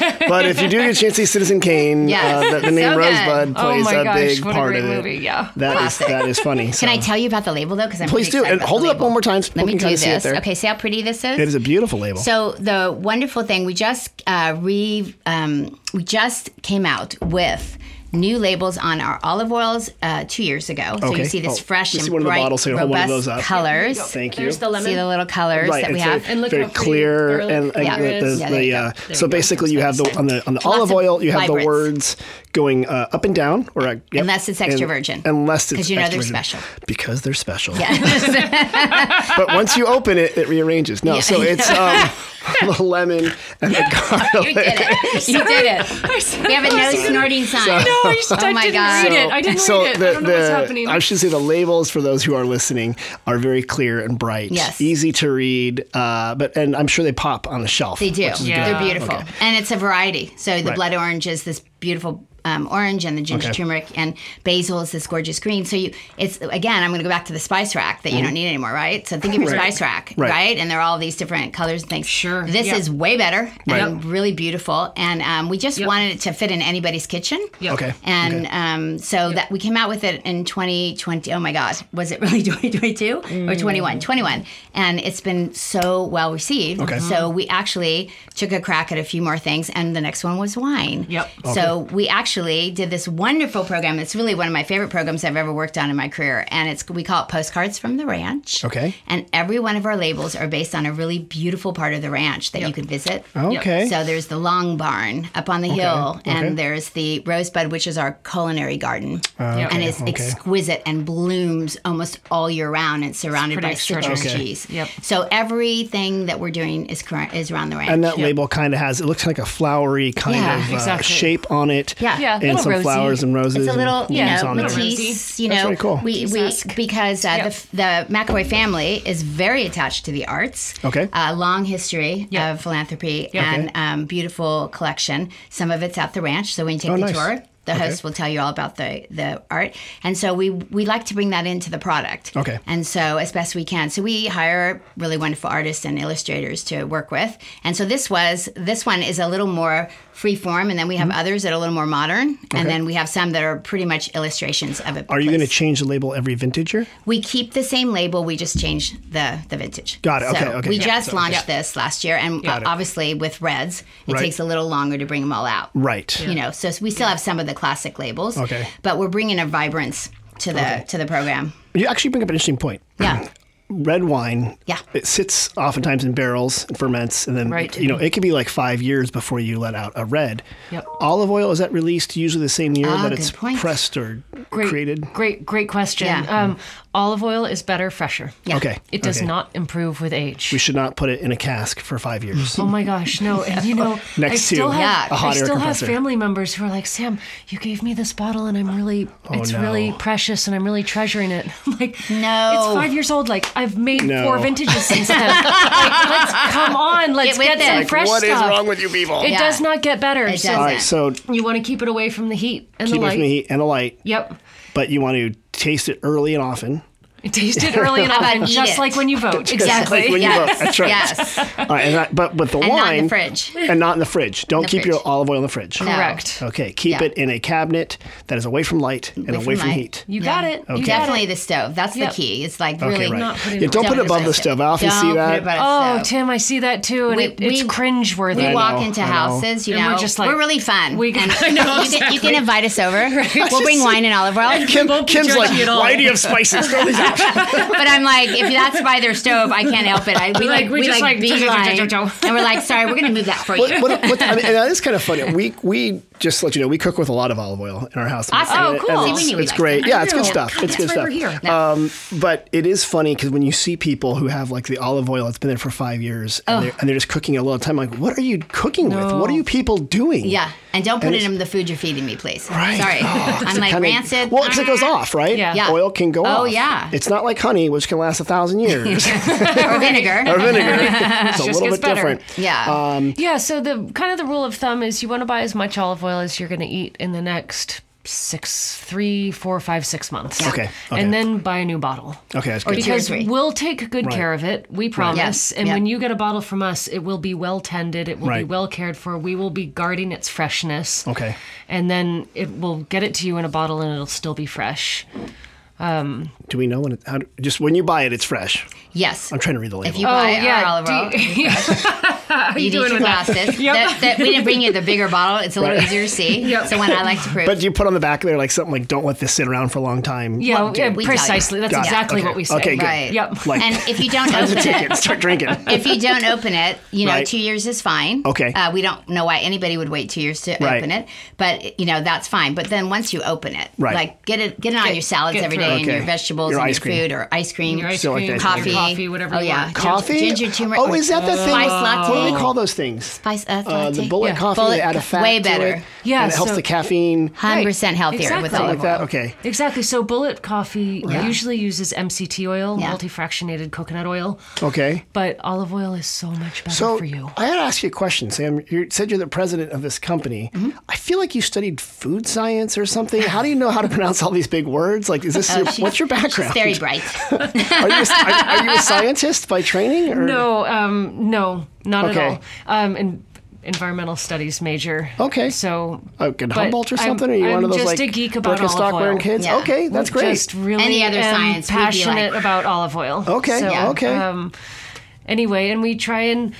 Speaker 3: right.
Speaker 1: But if you do get a chance to see Citizen Kane,
Speaker 2: Yes.
Speaker 1: uh, the, the
Speaker 2: So
Speaker 1: name
Speaker 2: good.
Speaker 1: Rosebud
Speaker 3: Oh
Speaker 1: plays
Speaker 3: my
Speaker 1: a
Speaker 3: gosh,
Speaker 1: big
Speaker 3: what a
Speaker 1: part
Speaker 3: great
Speaker 1: of it.
Speaker 3: movie, yeah.
Speaker 1: That is that is funny.
Speaker 2: Can I
Speaker 1: so.
Speaker 2: tell you about the label though? Because I'm
Speaker 1: Please do
Speaker 2: pretty excited
Speaker 1: and
Speaker 2: about
Speaker 1: hold
Speaker 2: the
Speaker 1: it up
Speaker 2: label.
Speaker 1: one more time. so we
Speaker 2: Let me
Speaker 1: can
Speaker 2: do
Speaker 1: kinda see it
Speaker 2: this.
Speaker 1: there.
Speaker 2: Okay, see how pretty this is.
Speaker 1: It is a beautiful label.
Speaker 2: So the wonderful thing we just uh, re um, we just came out with new labels on our olive oils uh, two years ago. So
Speaker 1: Okay.
Speaker 2: you see this
Speaker 1: Oh,
Speaker 2: fresh
Speaker 1: we see
Speaker 2: and
Speaker 1: one of the
Speaker 2: bright,
Speaker 1: bottles here. Hold
Speaker 2: robust
Speaker 1: one of those up.
Speaker 2: colors.
Speaker 1: Thank you.
Speaker 3: There's the lemon.
Speaker 2: See the little colors
Speaker 1: right,
Speaker 2: that we
Speaker 1: it's
Speaker 2: have.
Speaker 1: very,
Speaker 3: And look
Speaker 1: very
Speaker 3: how pretty
Speaker 1: clear
Speaker 3: early
Speaker 1: and, and
Speaker 2: Yeah,
Speaker 1: the,
Speaker 2: it
Speaker 1: the,
Speaker 2: is. Yeah, there
Speaker 1: the,
Speaker 2: you
Speaker 1: uh,
Speaker 2: go.
Speaker 1: so basically you have the on the on the olive
Speaker 2: of
Speaker 1: oil you have the
Speaker 2: vibrance.
Speaker 1: words going uh, up and down or uh, yep.
Speaker 2: Unless it's extra
Speaker 1: And-
Speaker 2: virgin.
Speaker 1: unless it's
Speaker 2: 'Cause you know
Speaker 1: extra
Speaker 2: they're
Speaker 1: virgin.
Speaker 2: special.
Speaker 1: because they're special
Speaker 2: Yeah.
Speaker 1: but once you open it it rearranges no so it's um, the lemon and the garlic
Speaker 2: you did it. You did it. We have a no snorting sign.
Speaker 3: No, I, just,
Speaker 2: Oh
Speaker 3: I
Speaker 2: my
Speaker 3: didn't
Speaker 2: God.
Speaker 3: read it. I didn't
Speaker 1: so
Speaker 3: read it.
Speaker 1: The,
Speaker 3: I don't know
Speaker 1: the,
Speaker 3: what's happening.
Speaker 1: I should say the labels for those who are listening are very clear and bright,
Speaker 2: Yes.
Speaker 1: easy to read, uh, but and I'm sure they pop on a shelf.
Speaker 2: They do.
Speaker 1: which is
Speaker 3: Yeah.
Speaker 2: They're
Speaker 1: good.
Speaker 2: beautiful.
Speaker 1: Okay.
Speaker 2: And it's a variety. So the
Speaker 1: Right.
Speaker 2: blood orange is this beautiful um, orange and the ginger
Speaker 1: Okay.
Speaker 2: turmeric and basil is this gorgeous green. So you it's again, I'm gonna go back to the spice rack that you don't need anymore, right? So think of your
Speaker 1: Mm-hmm. Right.
Speaker 2: spice rack,
Speaker 1: Right.
Speaker 2: right. And there are all these different colors and things.
Speaker 3: Sure.
Speaker 2: This
Speaker 3: Yeah.
Speaker 2: is way better and
Speaker 1: Right.
Speaker 2: really beautiful. And um, we just wanted it to fit in anybody's kitchen.
Speaker 3: Yeah.
Speaker 1: Okay.
Speaker 2: And
Speaker 1: okay.
Speaker 2: um, so that we came out with it in 2020. Oh my God, was it really 2022
Speaker 1: Mm.
Speaker 2: or 21? 21. And it's been so well received.
Speaker 1: Okay.
Speaker 2: So we actually took a crack at a few more things, and the next one was wine.
Speaker 3: Yep.
Speaker 2: So we actually did this wonderful program. It's really one of my favorite programs I've ever worked on in my career, and it's we call it Postcards from the Ranch.
Speaker 1: Okay.
Speaker 2: And every one of our labels are based on a really beautiful part of the ranch that you can visit.
Speaker 1: Oh, Okay.
Speaker 2: So there's the Long Barn up on the hill, and
Speaker 1: okay.
Speaker 2: there's the Rosebud, which is our culinary garden,
Speaker 3: Yeah.
Speaker 2: and it's
Speaker 1: Ah, okay.
Speaker 2: exquisite and blooms almost all year round. and surrounded
Speaker 3: pretty
Speaker 2: by citrus
Speaker 3: extraordinary.
Speaker 1: Okay.
Speaker 2: cheese.
Speaker 3: Yep.
Speaker 2: So everything that we're doing is current is around the ranch.
Speaker 1: and uh, that label kind of has it looks like a flowery kind
Speaker 2: Yeah,
Speaker 1: of uh,
Speaker 3: exactly.
Speaker 1: shape on it.
Speaker 2: Yeah. Yeah,
Speaker 1: and
Speaker 3: little
Speaker 1: some
Speaker 3: rosy.
Speaker 1: flowers and roses.
Speaker 2: It's a little,
Speaker 1: and
Speaker 2: you
Speaker 1: leaves
Speaker 2: know,
Speaker 1: on
Speaker 3: little
Speaker 1: there.
Speaker 3: rosy.
Speaker 2: Matisse, you
Speaker 1: That's
Speaker 2: know,
Speaker 1: really cool.
Speaker 2: we, we
Speaker 3: Matisse-esque.
Speaker 2: because uh,
Speaker 3: Yeah.
Speaker 2: the, the McAvoy family is very attached to the arts.
Speaker 1: Okay.
Speaker 2: Uh, long history
Speaker 3: Yeah.
Speaker 2: of philanthropy
Speaker 3: Yeah.
Speaker 2: and um, beautiful collection. Some of it's at the ranch, so when you take
Speaker 1: Oh,
Speaker 2: the
Speaker 1: nice.
Speaker 2: tour, the
Speaker 1: Okay.
Speaker 2: host will tell you all about the, the art. And so we we like to bring that into the product.
Speaker 1: Okay.
Speaker 2: And so as best we can. So we hire really wonderful artists and illustrators to work with. And so this was this one is a little more free form and then we have
Speaker 1: Mm-hmm.
Speaker 2: others that are a little more modern and then we have some that are pretty much illustrations of it.
Speaker 1: Are you going to change the label every vintage year?
Speaker 2: We keep the same label. We just change the the vintage.
Speaker 1: Got it.
Speaker 2: So
Speaker 1: Okay, okay,
Speaker 2: We
Speaker 1: yeah.
Speaker 2: just
Speaker 1: So-
Speaker 2: launched this last year, and uh,
Speaker 1: it.
Speaker 2: obviously with Reds, it
Speaker 1: Right.
Speaker 2: takes a little longer to bring them all out.
Speaker 1: Right.
Speaker 2: You know, so we still have some of the classic labels.
Speaker 1: Okay.
Speaker 2: But we're bringing a vibrance to the to the program.
Speaker 1: You actually bring up an interesting point.
Speaker 2: Yeah.
Speaker 1: Red wine,
Speaker 2: Yeah.
Speaker 1: it sits oftentimes in barrels and ferments, and then
Speaker 3: Right.
Speaker 1: you know it could be like five years before you let out a red.
Speaker 3: Yep.
Speaker 1: Olive oil is that released usually the same year
Speaker 2: Ah,
Speaker 1: that
Speaker 2: good
Speaker 1: it's
Speaker 2: point.
Speaker 1: pressed or
Speaker 3: Great,
Speaker 1: created?
Speaker 3: Great, great question.
Speaker 2: Yeah.
Speaker 3: Um, olive oil is better fresher.
Speaker 2: Yeah.
Speaker 1: Okay,
Speaker 3: It does
Speaker 1: okay.
Speaker 3: not improve with age.
Speaker 1: We should not put it in a cask for five years.
Speaker 3: Oh my gosh, no. And you know, I
Speaker 1: Next
Speaker 3: still
Speaker 1: to
Speaker 3: have,
Speaker 1: a hot
Speaker 3: I
Speaker 1: air
Speaker 3: still have
Speaker 1: compressor.
Speaker 3: family members who are like, Sam, you gave me this bottle and I'm really, it's
Speaker 1: Oh, no.
Speaker 3: really precious and I'm really treasuring it. I'm like,
Speaker 2: No.
Speaker 3: It's five years old. Like, I've made
Speaker 1: No.
Speaker 3: four vintages since then. like, let's come on.
Speaker 2: Get
Speaker 3: Let's
Speaker 2: with
Speaker 3: get,
Speaker 2: it.
Speaker 3: some
Speaker 2: Like,
Speaker 3: fresh
Speaker 1: What is
Speaker 3: stuff.
Speaker 1: wrong with you people?
Speaker 3: it
Speaker 2: Yeah.
Speaker 3: does not get better.
Speaker 2: It
Speaker 3: so
Speaker 1: All
Speaker 2: doesn't.
Speaker 1: right, so
Speaker 3: you want to keep it away from the heat and
Speaker 1: keep
Speaker 3: the
Speaker 1: it
Speaker 3: light.
Speaker 1: from the heat and a light,
Speaker 3: Yep.
Speaker 1: but you want to taste it early and often.
Speaker 3: Taste it early and
Speaker 2: about
Speaker 3: often,
Speaker 2: eat
Speaker 3: just
Speaker 2: it?
Speaker 3: like when you vote.
Speaker 1: Just like when you
Speaker 2: Yes.
Speaker 1: vote. That's right.
Speaker 2: Yes.
Speaker 1: All right, Uh, and that, but with the
Speaker 2: And
Speaker 1: wine,
Speaker 2: not in the fridge.
Speaker 1: and not in the fridge. Don't
Speaker 2: the
Speaker 1: keep
Speaker 2: fridge.
Speaker 1: your olive oil in the fridge.
Speaker 2: No.
Speaker 3: Correct.
Speaker 1: Okay, keep
Speaker 2: Yeah.
Speaker 1: it in a cabinet that is away from light and
Speaker 2: from
Speaker 1: away from
Speaker 2: light.
Speaker 1: heat.
Speaker 3: You
Speaker 2: Yeah.
Speaker 3: got it. You got
Speaker 2: Definitely
Speaker 3: it.
Speaker 2: the stove. That's
Speaker 3: Yep.
Speaker 2: the key. It's like
Speaker 1: Okay,
Speaker 2: really
Speaker 1: right.
Speaker 3: Not put it
Speaker 1: yeah,
Speaker 3: in
Speaker 1: don't
Speaker 3: the
Speaker 1: put it
Speaker 2: Don't
Speaker 1: above
Speaker 2: put
Speaker 1: the
Speaker 2: it
Speaker 1: stove.
Speaker 2: above
Speaker 1: I often
Speaker 2: the
Speaker 1: see
Speaker 2: stove. Don't put it
Speaker 1: that.
Speaker 2: above
Speaker 3: Oh,
Speaker 2: the stove.
Speaker 3: Tim, I see that too, and
Speaker 2: We-
Speaker 3: it, it's
Speaker 2: we-
Speaker 3: cringeworthy.
Speaker 2: We
Speaker 1: I
Speaker 2: walk
Speaker 1: know,
Speaker 2: into
Speaker 1: I know.
Speaker 2: houses, you
Speaker 3: And
Speaker 2: know,
Speaker 3: we're
Speaker 2: we're,
Speaker 3: just like-
Speaker 2: really fun.
Speaker 3: We-
Speaker 2: and
Speaker 3: I know,
Speaker 2: you, can, you can invite us over. We'll
Speaker 1: just-
Speaker 2: bring wine and olive oil.
Speaker 1: Kim,
Speaker 3: won't be
Speaker 1: Kim's
Speaker 3: judgy
Speaker 1: like,
Speaker 3: at all.
Speaker 1: why do you have spices? Throw these out.
Speaker 2: But I'm like, if that's by their stove, I can't help it. I, we
Speaker 3: Like,
Speaker 2: like,
Speaker 3: we
Speaker 2: we
Speaker 3: just
Speaker 2: like,
Speaker 3: like, chow, chow, chow,
Speaker 2: beeline.
Speaker 3: chow, chow.
Speaker 2: and we're like, sorry, we're going to move that for you.
Speaker 1: What, what, what, I mean, and that is kind of funny. We we just to let you know we cook with a lot of olive oil in our house.
Speaker 2: Awesome.
Speaker 1: And
Speaker 2: Oh,
Speaker 1: it-
Speaker 2: cool.
Speaker 1: and
Speaker 2: See, we
Speaker 1: it's
Speaker 2: knew we
Speaker 1: it's
Speaker 2: liked
Speaker 1: great.
Speaker 2: that.
Speaker 1: Yeah, it's good
Speaker 3: Yeah.
Speaker 1: stuff.
Speaker 3: God,
Speaker 1: it's good
Speaker 3: that's why
Speaker 1: stuff.
Speaker 3: we're here.
Speaker 1: Um, but it is funny because when you see people who have like the olive oil that's been there for five years
Speaker 2: Oh.
Speaker 1: and, they're, and they're just cooking it all the time, like, what are you cooking with? What are you people doing?
Speaker 2: Yeah, and don't put
Speaker 1: And
Speaker 2: it
Speaker 1: it's-
Speaker 2: in the food you're feeding me, please.
Speaker 1: Right.
Speaker 2: Sorry,
Speaker 1: Oh, 'cause
Speaker 2: I'm
Speaker 1: it
Speaker 2: like
Speaker 1: kinda-
Speaker 2: rancid.
Speaker 1: Well, because it goes off, right?
Speaker 3: Yeah.
Speaker 2: Yeah.
Speaker 1: Oil can go off.
Speaker 2: Oh, yeah.
Speaker 1: It's not like honey, which can last a thousand years.
Speaker 2: or vinegar.
Speaker 1: or vinegar. It's a
Speaker 3: just
Speaker 1: little
Speaker 3: gets
Speaker 1: bit
Speaker 3: better.
Speaker 1: different. Um,
Speaker 2: Yeah.
Speaker 3: Yeah, so the kind of the rule of thumb is you want to buy as much olive oil as you're going to eat in the next six, three, four, five, six months.
Speaker 1: Okay, okay.
Speaker 3: And then buy a new bottle.
Speaker 1: Okay, that's
Speaker 2: Or
Speaker 1: good.
Speaker 2: two or
Speaker 3: Because
Speaker 2: three.
Speaker 3: we'll take good care of it, we promise.
Speaker 2: Yes,
Speaker 3: And
Speaker 2: yeah.
Speaker 3: when you get a bottle from us, it will be well tended, it will be
Speaker 1: Right.
Speaker 3: well cared for, we will be guarding its freshness.
Speaker 1: Okay.
Speaker 3: And then it will get it to you in a bottle and it'll still be fresh.
Speaker 1: Do we know when it, how, do- just when you buy it, it's fresh.
Speaker 2: yes.
Speaker 1: I'm trying to read the label.
Speaker 2: If you buy
Speaker 3: Oh, yeah,
Speaker 2: our olive
Speaker 3: do
Speaker 2: oil,
Speaker 3: you-
Speaker 2: you, need
Speaker 3: doing
Speaker 2: your
Speaker 3: with that?
Speaker 2: glasses. That- that- we didn't bring you the bigger bottle. It's a little
Speaker 1: Right.
Speaker 2: easier to see. So when I like to prove.
Speaker 1: But do you put on the back there like something like "Don't let this sit around for a long time"?
Speaker 3: yeah,
Speaker 2: do
Speaker 3: yeah,
Speaker 2: we tell you?
Speaker 3: precisely. That's
Speaker 1: Got it.
Speaker 3: exactly
Speaker 1: Okay.
Speaker 3: what we say.
Speaker 1: Okay, good.
Speaker 2: Right.
Speaker 3: Yep.
Speaker 1: Like-
Speaker 2: and if you don't open
Speaker 1: Take
Speaker 2: it,
Speaker 1: it. Start drinking.
Speaker 2: if you don't open it, you know,
Speaker 1: Right.
Speaker 2: two years is fine.
Speaker 1: Okay.
Speaker 2: Uh, we don't know why anybody would wait two years to
Speaker 1: Right.
Speaker 2: open it, but you know that's fine. But then once you open it,
Speaker 1: Right.
Speaker 2: like get it, get it on your salads
Speaker 3: get
Speaker 2: every
Speaker 3: through
Speaker 2: day,
Speaker 3: it.
Speaker 2: and your
Speaker 1: Okay.
Speaker 2: vegetables,
Speaker 1: Your
Speaker 2: and
Speaker 1: ice
Speaker 2: your
Speaker 1: cream.
Speaker 2: food or ice cream,
Speaker 3: Your ice
Speaker 1: Still like
Speaker 3: cream,
Speaker 1: that.
Speaker 2: coffee,
Speaker 3: your coffee, whatever
Speaker 2: Oh
Speaker 3: you
Speaker 2: yeah,
Speaker 3: want.
Speaker 1: Coffee.
Speaker 2: ginger turmeric.
Speaker 1: Oh, is that the thing?
Speaker 2: Spice latte.
Speaker 1: What do they call those things?
Speaker 2: Spice latte.
Speaker 1: Uh, the bullet
Speaker 3: Yeah.
Speaker 1: coffee.
Speaker 2: Bullet
Speaker 1: they add a
Speaker 2: co-
Speaker 1: fat
Speaker 2: way
Speaker 1: to
Speaker 2: better.
Speaker 1: It,
Speaker 3: Yeah,
Speaker 1: and it helps
Speaker 3: so-
Speaker 1: the caffeine.
Speaker 2: Hundred percent healthier with
Speaker 3: Exactly.
Speaker 1: Like
Speaker 2: olive
Speaker 1: that.
Speaker 2: oil.
Speaker 1: Okay.
Speaker 3: Exactly. So bullet coffee
Speaker 2: Yeah.
Speaker 3: usually uses MCT oil,
Speaker 2: Yeah.
Speaker 3: multi-fractionated coconut oil,
Speaker 1: Okay.
Speaker 3: but olive oil is so much better
Speaker 1: Oh. So
Speaker 3: for you.
Speaker 1: I had to ask you a question, Sam. You said you're the president of this company.
Speaker 2: Mm-hmm.
Speaker 1: I feel like you studied food science or something. How do you know how to pronounce all these big words? Like, is this your,
Speaker 2: Oh, she's-
Speaker 1: what's your
Speaker 2: She's
Speaker 1: background?
Speaker 2: very bright.
Speaker 1: Are you, a, are, are you a scientist by training? Or?
Speaker 3: No, um, no, not
Speaker 1: Okay.
Speaker 3: at all. Um, and environmental studies major.
Speaker 1: Okay.
Speaker 3: So
Speaker 1: Oh, good
Speaker 3: but
Speaker 1: Humboldt or
Speaker 3: I'm-
Speaker 1: something? Are you
Speaker 3: I'm
Speaker 1: one of those
Speaker 3: just
Speaker 1: like
Speaker 3: a geek about
Speaker 1: Birkenstock
Speaker 3: olive oil.
Speaker 1: wearing kids?
Speaker 2: Yeah.
Speaker 1: Okay, that's great.
Speaker 3: Just really
Speaker 2: Any other
Speaker 3: am
Speaker 2: science would be like-
Speaker 3: passionate about olive oil.
Speaker 1: Okay,
Speaker 3: So,
Speaker 1: okay.
Speaker 3: Um, anyway, and we try and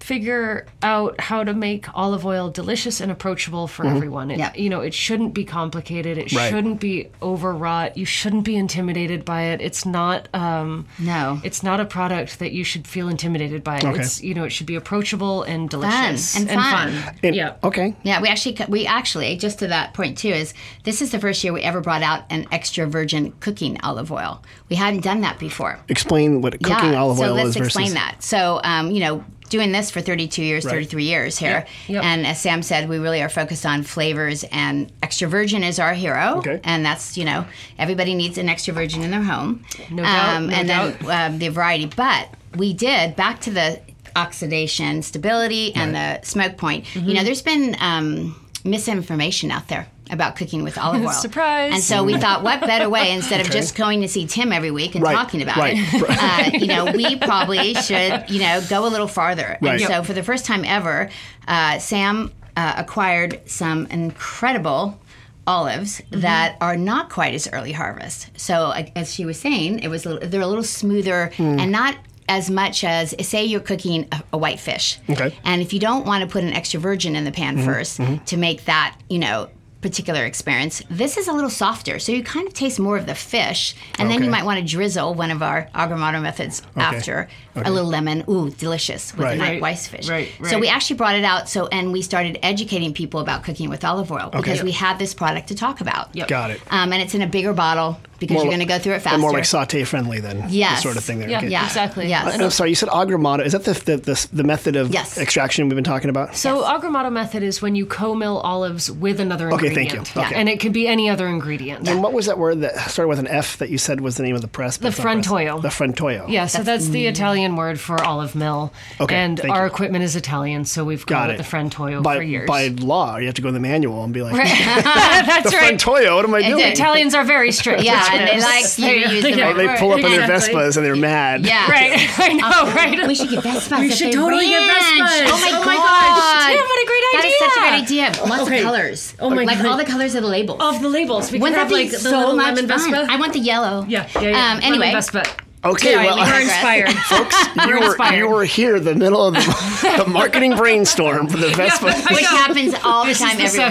Speaker 3: figure out how to make olive oil delicious and approachable for everyone. It,
Speaker 2: Yeah.
Speaker 3: You know, it shouldn't be complicated. It
Speaker 1: Mm-hmm. Right.
Speaker 3: shouldn't be overwrought. You shouldn't be intimidated by it. It's not. Um,
Speaker 2: No.
Speaker 3: It's not a product that you should feel intimidated by. It's you know, it should be approachable and delicious
Speaker 2: and fun.
Speaker 1: And-
Speaker 3: yeah.
Speaker 1: Okay.
Speaker 2: Yeah, we actually we actually just to that point too is this is the first year we ever brought out an extra virgin cooking olive oil. We hadn't done that before.
Speaker 1: Explain what cooking olive
Speaker 2: so
Speaker 1: oil
Speaker 2: let's
Speaker 1: is versus.
Speaker 2: explain that. So um, you know, doing this for 32 years, 33 years here,
Speaker 3: Yep.
Speaker 2: and as Sam said, we really are focused on flavors, and extra virgin is our hero.
Speaker 1: Okay.
Speaker 2: And that's you know everybody needs an extra virgin in their home.
Speaker 3: No doubt, no
Speaker 2: and then um, the variety, but we did back to the oxidation stability and the smoke point.
Speaker 1: Mm-hmm.
Speaker 2: You know, there's been um, misinformation out there. About cooking with olive oil.
Speaker 3: Surprise.
Speaker 2: And so we thought, what better way instead of just going to see Tim every week and
Speaker 1: Right,
Speaker 2: talking about
Speaker 1: right,
Speaker 2: it? uh, you know, we probably should, you know, go a little farther.
Speaker 1: Right.
Speaker 2: And so,
Speaker 1: Yep.
Speaker 2: for the first time ever, uh, Sam uh, acquired some incredible olives
Speaker 1: Mm-hmm.
Speaker 2: that are not quite as early harvest. So, like, as she was saying, it was a little, they're a little smoother
Speaker 1: Mm.
Speaker 2: and not as much as say you're cooking a, a white fish.
Speaker 1: Okay. Mm-hmm.
Speaker 2: And if you don't want to put an extra virgin in the pan 1st to make that, you know, particular experience, this is a little softer. So you kind of taste more of the fish. And then you
Speaker 1: Okay.
Speaker 2: might want to drizzle one of our agramado methods after a little lemon. Ooh, delicious with
Speaker 1: Right.
Speaker 2: a nice
Speaker 3: Right.
Speaker 2: rice fish.
Speaker 3: Right,
Speaker 2: So we
Speaker 3: right.
Speaker 2: actually brought it out. So, and we started educating people about cooking with olive oil because we had this product to talk about.
Speaker 3: Yep.
Speaker 1: Got it.
Speaker 2: Um, and it's in a bigger bottle because
Speaker 1: More
Speaker 2: you're
Speaker 1: li-
Speaker 2: going to go through it faster.
Speaker 1: And more like saute friendly then.
Speaker 2: Yes.
Speaker 1: Sort of thing there.
Speaker 3: Yeah.
Speaker 1: Okay.
Speaker 2: yeah,
Speaker 3: Exactly.
Speaker 2: Yes.
Speaker 1: And I'm sorry, you said agramado. Is that the, the, the, the method of
Speaker 2: Yes.
Speaker 1: extraction we've been talking about?
Speaker 3: So aggramato method is when you co-mill olives with another
Speaker 1: Okay,
Speaker 3: ingredient.
Speaker 1: thank you. Okay.
Speaker 3: And it could be any other ingredient.
Speaker 1: And what was that word that started with an F that you said was the name of the press? but
Speaker 3: The
Speaker 1: it's not press?
Speaker 3: frontoio.
Speaker 1: The frontoio.
Speaker 3: Yeah, so that's the Italian word for olive mill.
Speaker 1: Okay,
Speaker 3: and
Speaker 1: thank
Speaker 3: our
Speaker 1: you.
Speaker 3: equipment is Italian, so we've
Speaker 1: Got
Speaker 3: called
Speaker 1: it.
Speaker 3: it the Frentoio
Speaker 1: by,
Speaker 3: for years.
Speaker 1: By law, you have to go in the manual and be like,
Speaker 3: that's
Speaker 1: the
Speaker 3: right.
Speaker 1: frontoio, what am I doing?
Speaker 2: did.
Speaker 3: Italians are very strict.
Speaker 2: Yeah,
Speaker 3: with
Speaker 2: and they like
Speaker 3: this.
Speaker 2: you to use the
Speaker 3: yeah.
Speaker 2: word.
Speaker 1: they pull up in their
Speaker 3: Exactly.
Speaker 1: Vespas and they're mad.
Speaker 2: yeah.
Speaker 3: Right, I know, right?
Speaker 2: We should get Vespas.
Speaker 3: Oh, We
Speaker 2: at
Speaker 3: should
Speaker 2: the
Speaker 3: totally get
Speaker 2: ranch.
Speaker 3: Vespas.
Speaker 2: Oh my,
Speaker 3: Oh my
Speaker 2: god!
Speaker 3: gosh, Tim, what a great
Speaker 2: That is
Speaker 3: idea.
Speaker 2: such a great idea. Lots
Speaker 3: Okay.
Speaker 2: of colors.
Speaker 3: Oh my
Speaker 2: like
Speaker 3: God.
Speaker 2: all the colors of the labels.
Speaker 3: of the labels. We could
Speaker 2: Wouldn't that
Speaker 3: have
Speaker 2: be
Speaker 3: like the
Speaker 2: so
Speaker 3: little
Speaker 2: much
Speaker 3: lemon
Speaker 2: fun?
Speaker 3: Vespa.
Speaker 2: I want the yellow.
Speaker 3: yeah, yeah, yeah.
Speaker 2: Um, anyway, Oh,
Speaker 3: lemon Vespa.
Speaker 1: Okay,
Speaker 2: Sorry,
Speaker 1: well,
Speaker 2: we
Speaker 3: We're
Speaker 2: heard-
Speaker 3: inspired.
Speaker 1: you, were,
Speaker 3: inspired.
Speaker 1: you were here in the middle of the, the marketing brainstorm for the Vespa.
Speaker 2: which happens all the
Speaker 3: This is
Speaker 2: time
Speaker 3: the
Speaker 2: everywhere.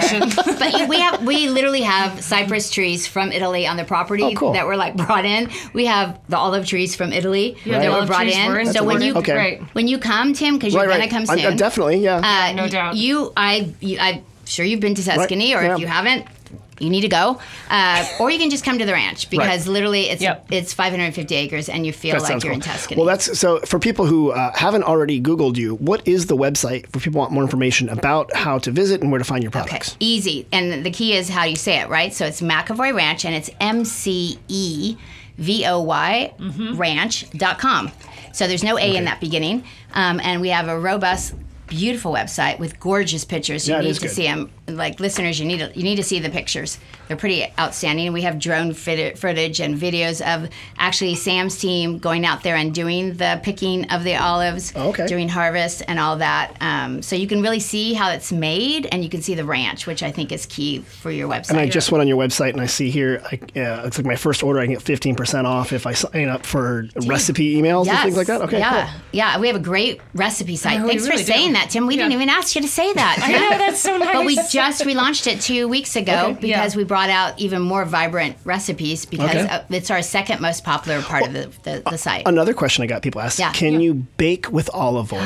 Speaker 3: session.
Speaker 2: but we have we literally have cypress trees from Italy on the property
Speaker 1: Oh, cool.
Speaker 2: that were like brought in. We have the olive trees from Italy
Speaker 3: the
Speaker 2: that were
Speaker 3: olive
Speaker 2: brought
Speaker 3: trees were
Speaker 2: in. So when
Speaker 3: imported.
Speaker 2: you
Speaker 1: Okay.
Speaker 3: Right.
Speaker 2: when you come, Tim, because you're
Speaker 1: right, right.
Speaker 2: gonna come
Speaker 1: I'm-
Speaker 2: soon.
Speaker 1: I'm definitely, yeah.
Speaker 2: Uh,
Speaker 3: No
Speaker 2: y-
Speaker 3: doubt.
Speaker 2: You, I, you, I'm sure you've been to Tuscany,
Speaker 1: Right,
Speaker 2: or
Speaker 1: yeah.
Speaker 2: if you haven't, you need to go. Uh, or you can just come to the ranch because literally it's
Speaker 3: Yep.
Speaker 2: it's 550 acres, and you feel
Speaker 1: That
Speaker 2: like
Speaker 1: sounds
Speaker 2: you're in
Speaker 1: cool.
Speaker 2: Tuscany.
Speaker 1: Well, that's so. For people who uh, haven't already Googled you, what is the website for people who want more information about how to visit and where to find your products?
Speaker 2: Easy. And the key is how you say it, right? So it's McAvoy Ranch and it's M C E V O Y
Speaker 1: Mm-hmm.
Speaker 2: ranch.com. So there's no A in that beginning. Um, and we have a robust, beautiful website with gorgeous pictures. You
Speaker 1: Yeah, it
Speaker 2: need
Speaker 1: is
Speaker 2: to
Speaker 1: good.
Speaker 2: see them. Like listeners, you need to, you need to see the pictures. They're pretty outstanding. We have drone fit- footage and videos of actually Sam's team going out there and doing the picking of the olives
Speaker 1: Oh, Okay.
Speaker 2: during harvest and all that. Um, so you can really see how it's made, and you can see the ranch, which I think is key for your website.
Speaker 1: And I just went on your website and I see here, I, uh, it's like my first order, I can get 15% off if I sign up for recipe emails and
Speaker 2: Yes.
Speaker 1: things like that. Okay,
Speaker 2: yeah,
Speaker 1: cool.
Speaker 2: yeah. We have a great recipe site.
Speaker 3: Oh, we
Speaker 2: Thanks for
Speaker 3: really do.
Speaker 2: saying that, Tim. We didn't even ask you to say that.
Speaker 3: I know, that's so nice.
Speaker 2: But we just relaunched it two weeks ago because
Speaker 3: yeah.
Speaker 2: we brought out even more vibrant recipes because
Speaker 1: Okay. Uh,
Speaker 2: uh, it's our second most popular part of the, the, the site.
Speaker 1: Another question I got people ask
Speaker 2: Yeah.
Speaker 1: Can you bake with olive oil?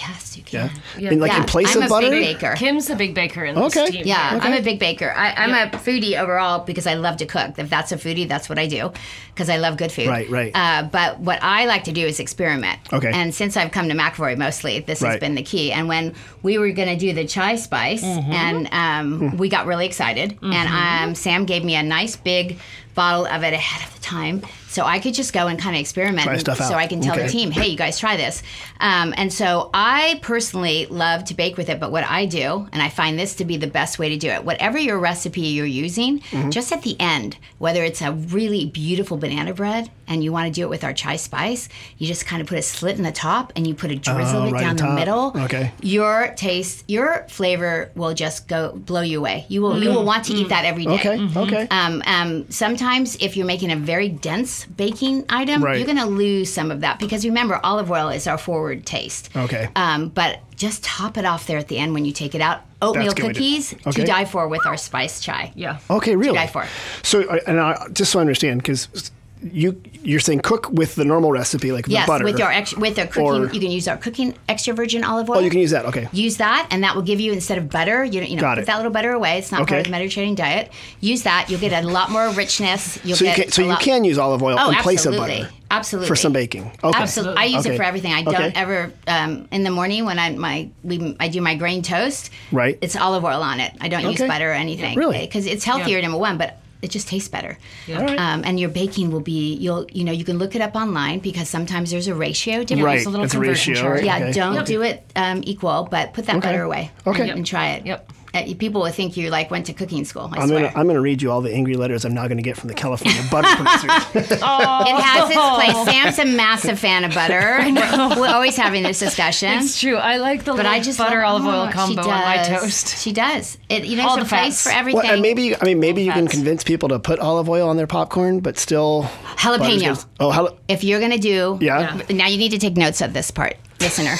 Speaker 2: yes, you can.
Speaker 1: Yeah. In, like in
Speaker 2: Yeah,
Speaker 1: place
Speaker 2: I'm
Speaker 1: of
Speaker 2: a
Speaker 1: butter?
Speaker 2: big baker.
Speaker 3: Kim's the big baker in
Speaker 1: Okay.
Speaker 3: this team.
Speaker 2: Yeah,
Speaker 1: Okay.
Speaker 2: I'm a big baker. I, I'm a foodie overall because I love to cook. If that's a foodie, that's what I do because I love good food.
Speaker 1: Right, right.
Speaker 2: Uh, but what I like to do is experiment.
Speaker 1: Okay.
Speaker 2: And since I've come to McAvoy mostly, this
Speaker 1: Right.
Speaker 2: has been the key. And when we were going to do the chai spice, and um,
Speaker 1: Mm-hmm.
Speaker 2: we got really excited, and um, Sam gave me a nice big bottle of it ahead of the time. So I could just go and kind of experiment,
Speaker 1: Try
Speaker 2: and-
Speaker 1: stuff
Speaker 2: so
Speaker 1: out.
Speaker 2: I can tell
Speaker 1: Okay.
Speaker 2: the team, hey, you guys try this. Um, and so I personally love to bake with it, but what I do, and I find this to be the best way to do it, whatever your recipe you're using,
Speaker 1: Mm-hmm.
Speaker 2: just at the end, whether it's a really beautiful banana bread and you want to do it with our chai spice, you just kind of put a slit in the top and you put a drizzle
Speaker 1: Oh,
Speaker 2: of it
Speaker 1: right on
Speaker 2: down the
Speaker 1: top.
Speaker 2: middle.
Speaker 1: Okay.
Speaker 2: Your taste, your flavor will just go blow you away. You will you will want to eat that every day.
Speaker 1: Mm-hmm. Okay, okay.
Speaker 2: Um, um, sometimes sometimes if you're making a very dense baking item,
Speaker 1: Right.
Speaker 2: you're going to lose some of that because remember, olive oil is our forward taste.
Speaker 1: Okay.
Speaker 2: Um, but just top it off there at the end when you take it out. Oatmeal
Speaker 1: a good way to-
Speaker 2: cookies to,
Speaker 1: Okay.
Speaker 2: die for with our spice chai.
Speaker 3: Yeah.
Speaker 1: Okay, really.
Speaker 2: die for.
Speaker 1: So, uh, and I, just so I understand, because you you're saying cook with the normal recipe, like
Speaker 2: Yes,
Speaker 1: the butter.
Speaker 2: with our ex- with our cooking,
Speaker 1: Or-
Speaker 2: you can use our cooking extra virgin olive oil.
Speaker 1: oh, you can use that. Okay.
Speaker 2: use that and that will give you instead of butter you, you know
Speaker 1: Got
Speaker 2: put
Speaker 1: it.
Speaker 2: that little butter away it's not
Speaker 1: Okay.
Speaker 2: part of the mediterranean diet use that you'll get a lot more richness you'll
Speaker 1: so you
Speaker 2: get
Speaker 1: can so
Speaker 2: a
Speaker 1: you
Speaker 2: lot-
Speaker 1: can use olive oil
Speaker 2: oh
Speaker 1: in place of
Speaker 2: absolutely
Speaker 1: butter
Speaker 2: absolutely
Speaker 1: for some baking. Okay.
Speaker 2: Absolutely, I use
Speaker 1: Okay.
Speaker 2: it for everything. I
Speaker 1: Okay.
Speaker 2: don't ever um, in the morning when I my we I do my grain toast.
Speaker 1: Right.
Speaker 2: it's olive oil on it. I don't use
Speaker 1: Okay.
Speaker 2: butter or anything.
Speaker 1: Really?
Speaker 2: because it's healthier number one, but it just tastes better.
Speaker 3: Yeah. All right.
Speaker 2: Um, and your baking will be you'll you know you can look it up online because sometimes there's a ratio difference.
Speaker 1: Right.
Speaker 3: It's a little
Speaker 1: That's a
Speaker 3: conversion
Speaker 1: ratio.
Speaker 3: chart.
Speaker 1: Right?
Speaker 2: Yeah,
Speaker 1: Okay.
Speaker 2: don't do it um, equal, but put that butter away.
Speaker 1: Okay.
Speaker 2: And, and try it.
Speaker 3: Yep.
Speaker 2: Uh, people will think you like went to cooking school. I
Speaker 1: I'm
Speaker 2: swear.
Speaker 1: gonna I'm gonna read you all the angry letters I'm now gonna get from the California butter producers.
Speaker 2: It has its
Speaker 3: Oh.
Speaker 2: place. Sam's a massive fan of butter. We're, we're always having this discussion.
Speaker 3: It's true. I like the
Speaker 2: but
Speaker 3: little
Speaker 2: I just
Speaker 3: butter
Speaker 2: love-
Speaker 3: olive oil
Speaker 2: oh, she
Speaker 3: combo on my
Speaker 2: does.
Speaker 3: toast.
Speaker 2: She does. It, you know,
Speaker 3: All
Speaker 2: there's
Speaker 3: the
Speaker 2: a place
Speaker 3: fats.
Speaker 2: for
Speaker 1: well,
Speaker 2: everything.
Speaker 1: and maybe I mean maybe you can
Speaker 2: Fats.
Speaker 1: convince people to put olive oil on their popcorn, but still
Speaker 2: Jalapeno.
Speaker 1: butter's good. Oh, jala-
Speaker 2: if you're going to do
Speaker 1: Yeah.
Speaker 2: now you need to take notes of this part listener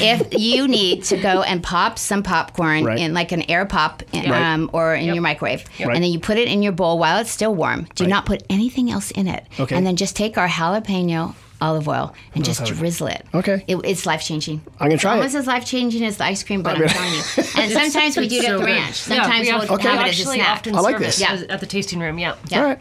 Speaker 2: if you need to go and pop some popcorn
Speaker 1: Right.
Speaker 2: in like an air pop in,
Speaker 1: Right.
Speaker 2: um, or in your microwave
Speaker 1: Right.
Speaker 2: and then you put it in your bowl while it's still warm do
Speaker 1: Right.
Speaker 2: not put anything else in it
Speaker 1: Okay.
Speaker 2: and then just take our jalapeno olive oil and just drizzle it
Speaker 1: Okay.
Speaker 2: It- it's life-changing
Speaker 1: I'm gonna try
Speaker 2: almost
Speaker 1: it.
Speaker 2: as life-changing as the ice cream but I am telling you and sometimes we do it
Speaker 3: It's
Speaker 2: at
Speaker 3: so
Speaker 2: the
Speaker 3: good.
Speaker 2: ranch
Speaker 3: Yeah,
Speaker 2: sometimes
Speaker 3: we
Speaker 2: we'll have
Speaker 3: we
Speaker 2: it as a
Speaker 3: actually
Speaker 2: snack
Speaker 3: often
Speaker 1: I like
Speaker 3: serve
Speaker 1: this.
Speaker 3: it
Speaker 2: Yeah.
Speaker 3: as- at the tasting room. Yeah.
Speaker 2: Yeah.
Speaker 1: All right.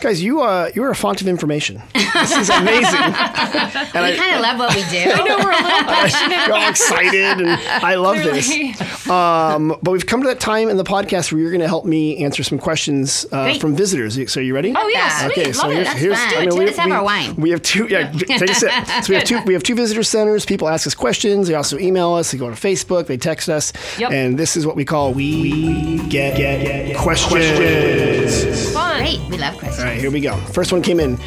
Speaker 1: Guys, you uh, you are a font of information. This is amazing. and
Speaker 2: we kind of love what we do I know
Speaker 3: We're a little
Speaker 1: You're all excited, and I love this. Um, but we've come to that time in the podcast where you're going to help me answer some questions uh,
Speaker 2: Great.
Speaker 1: from visitors. You- So you ready?
Speaker 3: Oh, yeah,
Speaker 2: Yeah.
Speaker 3: sweet.
Speaker 1: Okay,
Speaker 3: Love
Speaker 1: so
Speaker 3: it.
Speaker 1: here's,
Speaker 2: That's
Speaker 1: here's
Speaker 2: fine.
Speaker 1: I mean, we,
Speaker 2: Let's have
Speaker 1: we-
Speaker 2: our wine.
Speaker 1: we have two. Yeah, take a sip. So we have two. We have two visitor centers. People ask us questions. They also email us. They go on Facebook. They text us.
Speaker 3: Yep.
Speaker 1: And this is what we call we, get, get, questions.
Speaker 3: fun.
Speaker 2: great we love questions
Speaker 1: All right, here we go. First one came in.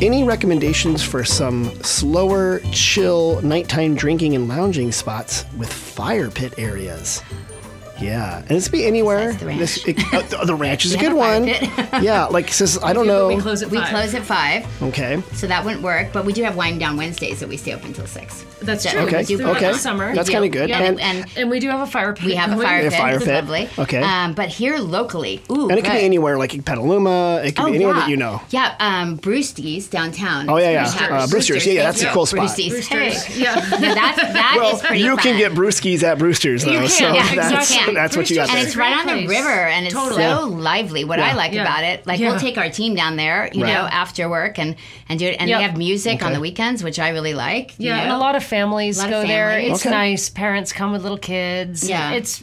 Speaker 1: Any recommendations for some slower, chill, nighttime drinking and lounging spots with fire pit areas? Yeah, and it's be anywhere.
Speaker 2: Besides the ranch.
Speaker 1: This- it- uh, the- the ranch is a
Speaker 2: We have
Speaker 1: good
Speaker 2: a fire
Speaker 1: one.
Speaker 2: pit.
Speaker 1: yeah, like says I don't
Speaker 3: We
Speaker 1: know.
Speaker 3: close at
Speaker 2: we
Speaker 3: five.
Speaker 2: close at five
Speaker 1: Okay,
Speaker 2: So that wouldn't work, but we do have wind down Wednesdays that we stay open until six.
Speaker 3: That's
Speaker 2: Yeah,
Speaker 3: true.
Speaker 2: we
Speaker 1: okay,
Speaker 2: do
Speaker 1: okay.
Speaker 2: that in the
Speaker 3: summer.
Speaker 1: That's
Speaker 2: We
Speaker 1: kind of
Speaker 2: do.
Speaker 1: good.
Speaker 2: Yeah,
Speaker 1: And,
Speaker 2: and
Speaker 3: And we do have a fire pit.
Speaker 2: we have a
Speaker 3: going.
Speaker 2: fire
Speaker 1: A
Speaker 2: pit.
Speaker 1: fire
Speaker 2: It's
Speaker 1: pit.
Speaker 2: Lovely.
Speaker 1: Okay.
Speaker 2: Um, but here locally, ooh,
Speaker 1: and it could be
Speaker 2: good.
Speaker 1: anywhere, like in Petaluma. It could
Speaker 2: Oh,
Speaker 1: be anywhere
Speaker 2: yeah.
Speaker 1: that you know.
Speaker 2: Yeah, um, Brewski's downtown.
Speaker 1: Oh, yeah, yeah.
Speaker 2: We have
Speaker 1: Uh, Brewster's. Yeah, yeah, that's a
Speaker 2: thank
Speaker 1: cool
Speaker 2: you.
Speaker 1: spot.
Speaker 2: Brewster's.
Speaker 3: Brewster's.
Speaker 2: Hey. No, that's, that is
Speaker 1: well,
Speaker 2: pretty
Speaker 1: you can
Speaker 2: fun.
Speaker 1: get brewskis at Brewster's though,
Speaker 3: can,
Speaker 1: so
Speaker 3: yeah,
Speaker 1: that's
Speaker 2: exactly.
Speaker 1: that's what you got
Speaker 2: and
Speaker 1: there.
Speaker 2: it's right on the
Speaker 3: Great place.
Speaker 2: river and it's
Speaker 3: Totally.
Speaker 2: so
Speaker 1: Yeah.
Speaker 2: lively what i like
Speaker 3: Yeah.
Speaker 2: about it like
Speaker 3: Yeah.
Speaker 2: we'll take our team down there you
Speaker 1: Right.
Speaker 2: know after work and and do it and
Speaker 3: Yep.
Speaker 2: they have music on
Speaker 1: Okay.
Speaker 2: the weekends which i really like you
Speaker 3: Yeah, and a
Speaker 2: know.
Speaker 3: lot of families
Speaker 2: Lot of
Speaker 3: go there.
Speaker 2: families.
Speaker 3: It's
Speaker 1: Okay.
Speaker 3: nice. Parents come with little kids.
Speaker 2: Yeah.
Speaker 3: it's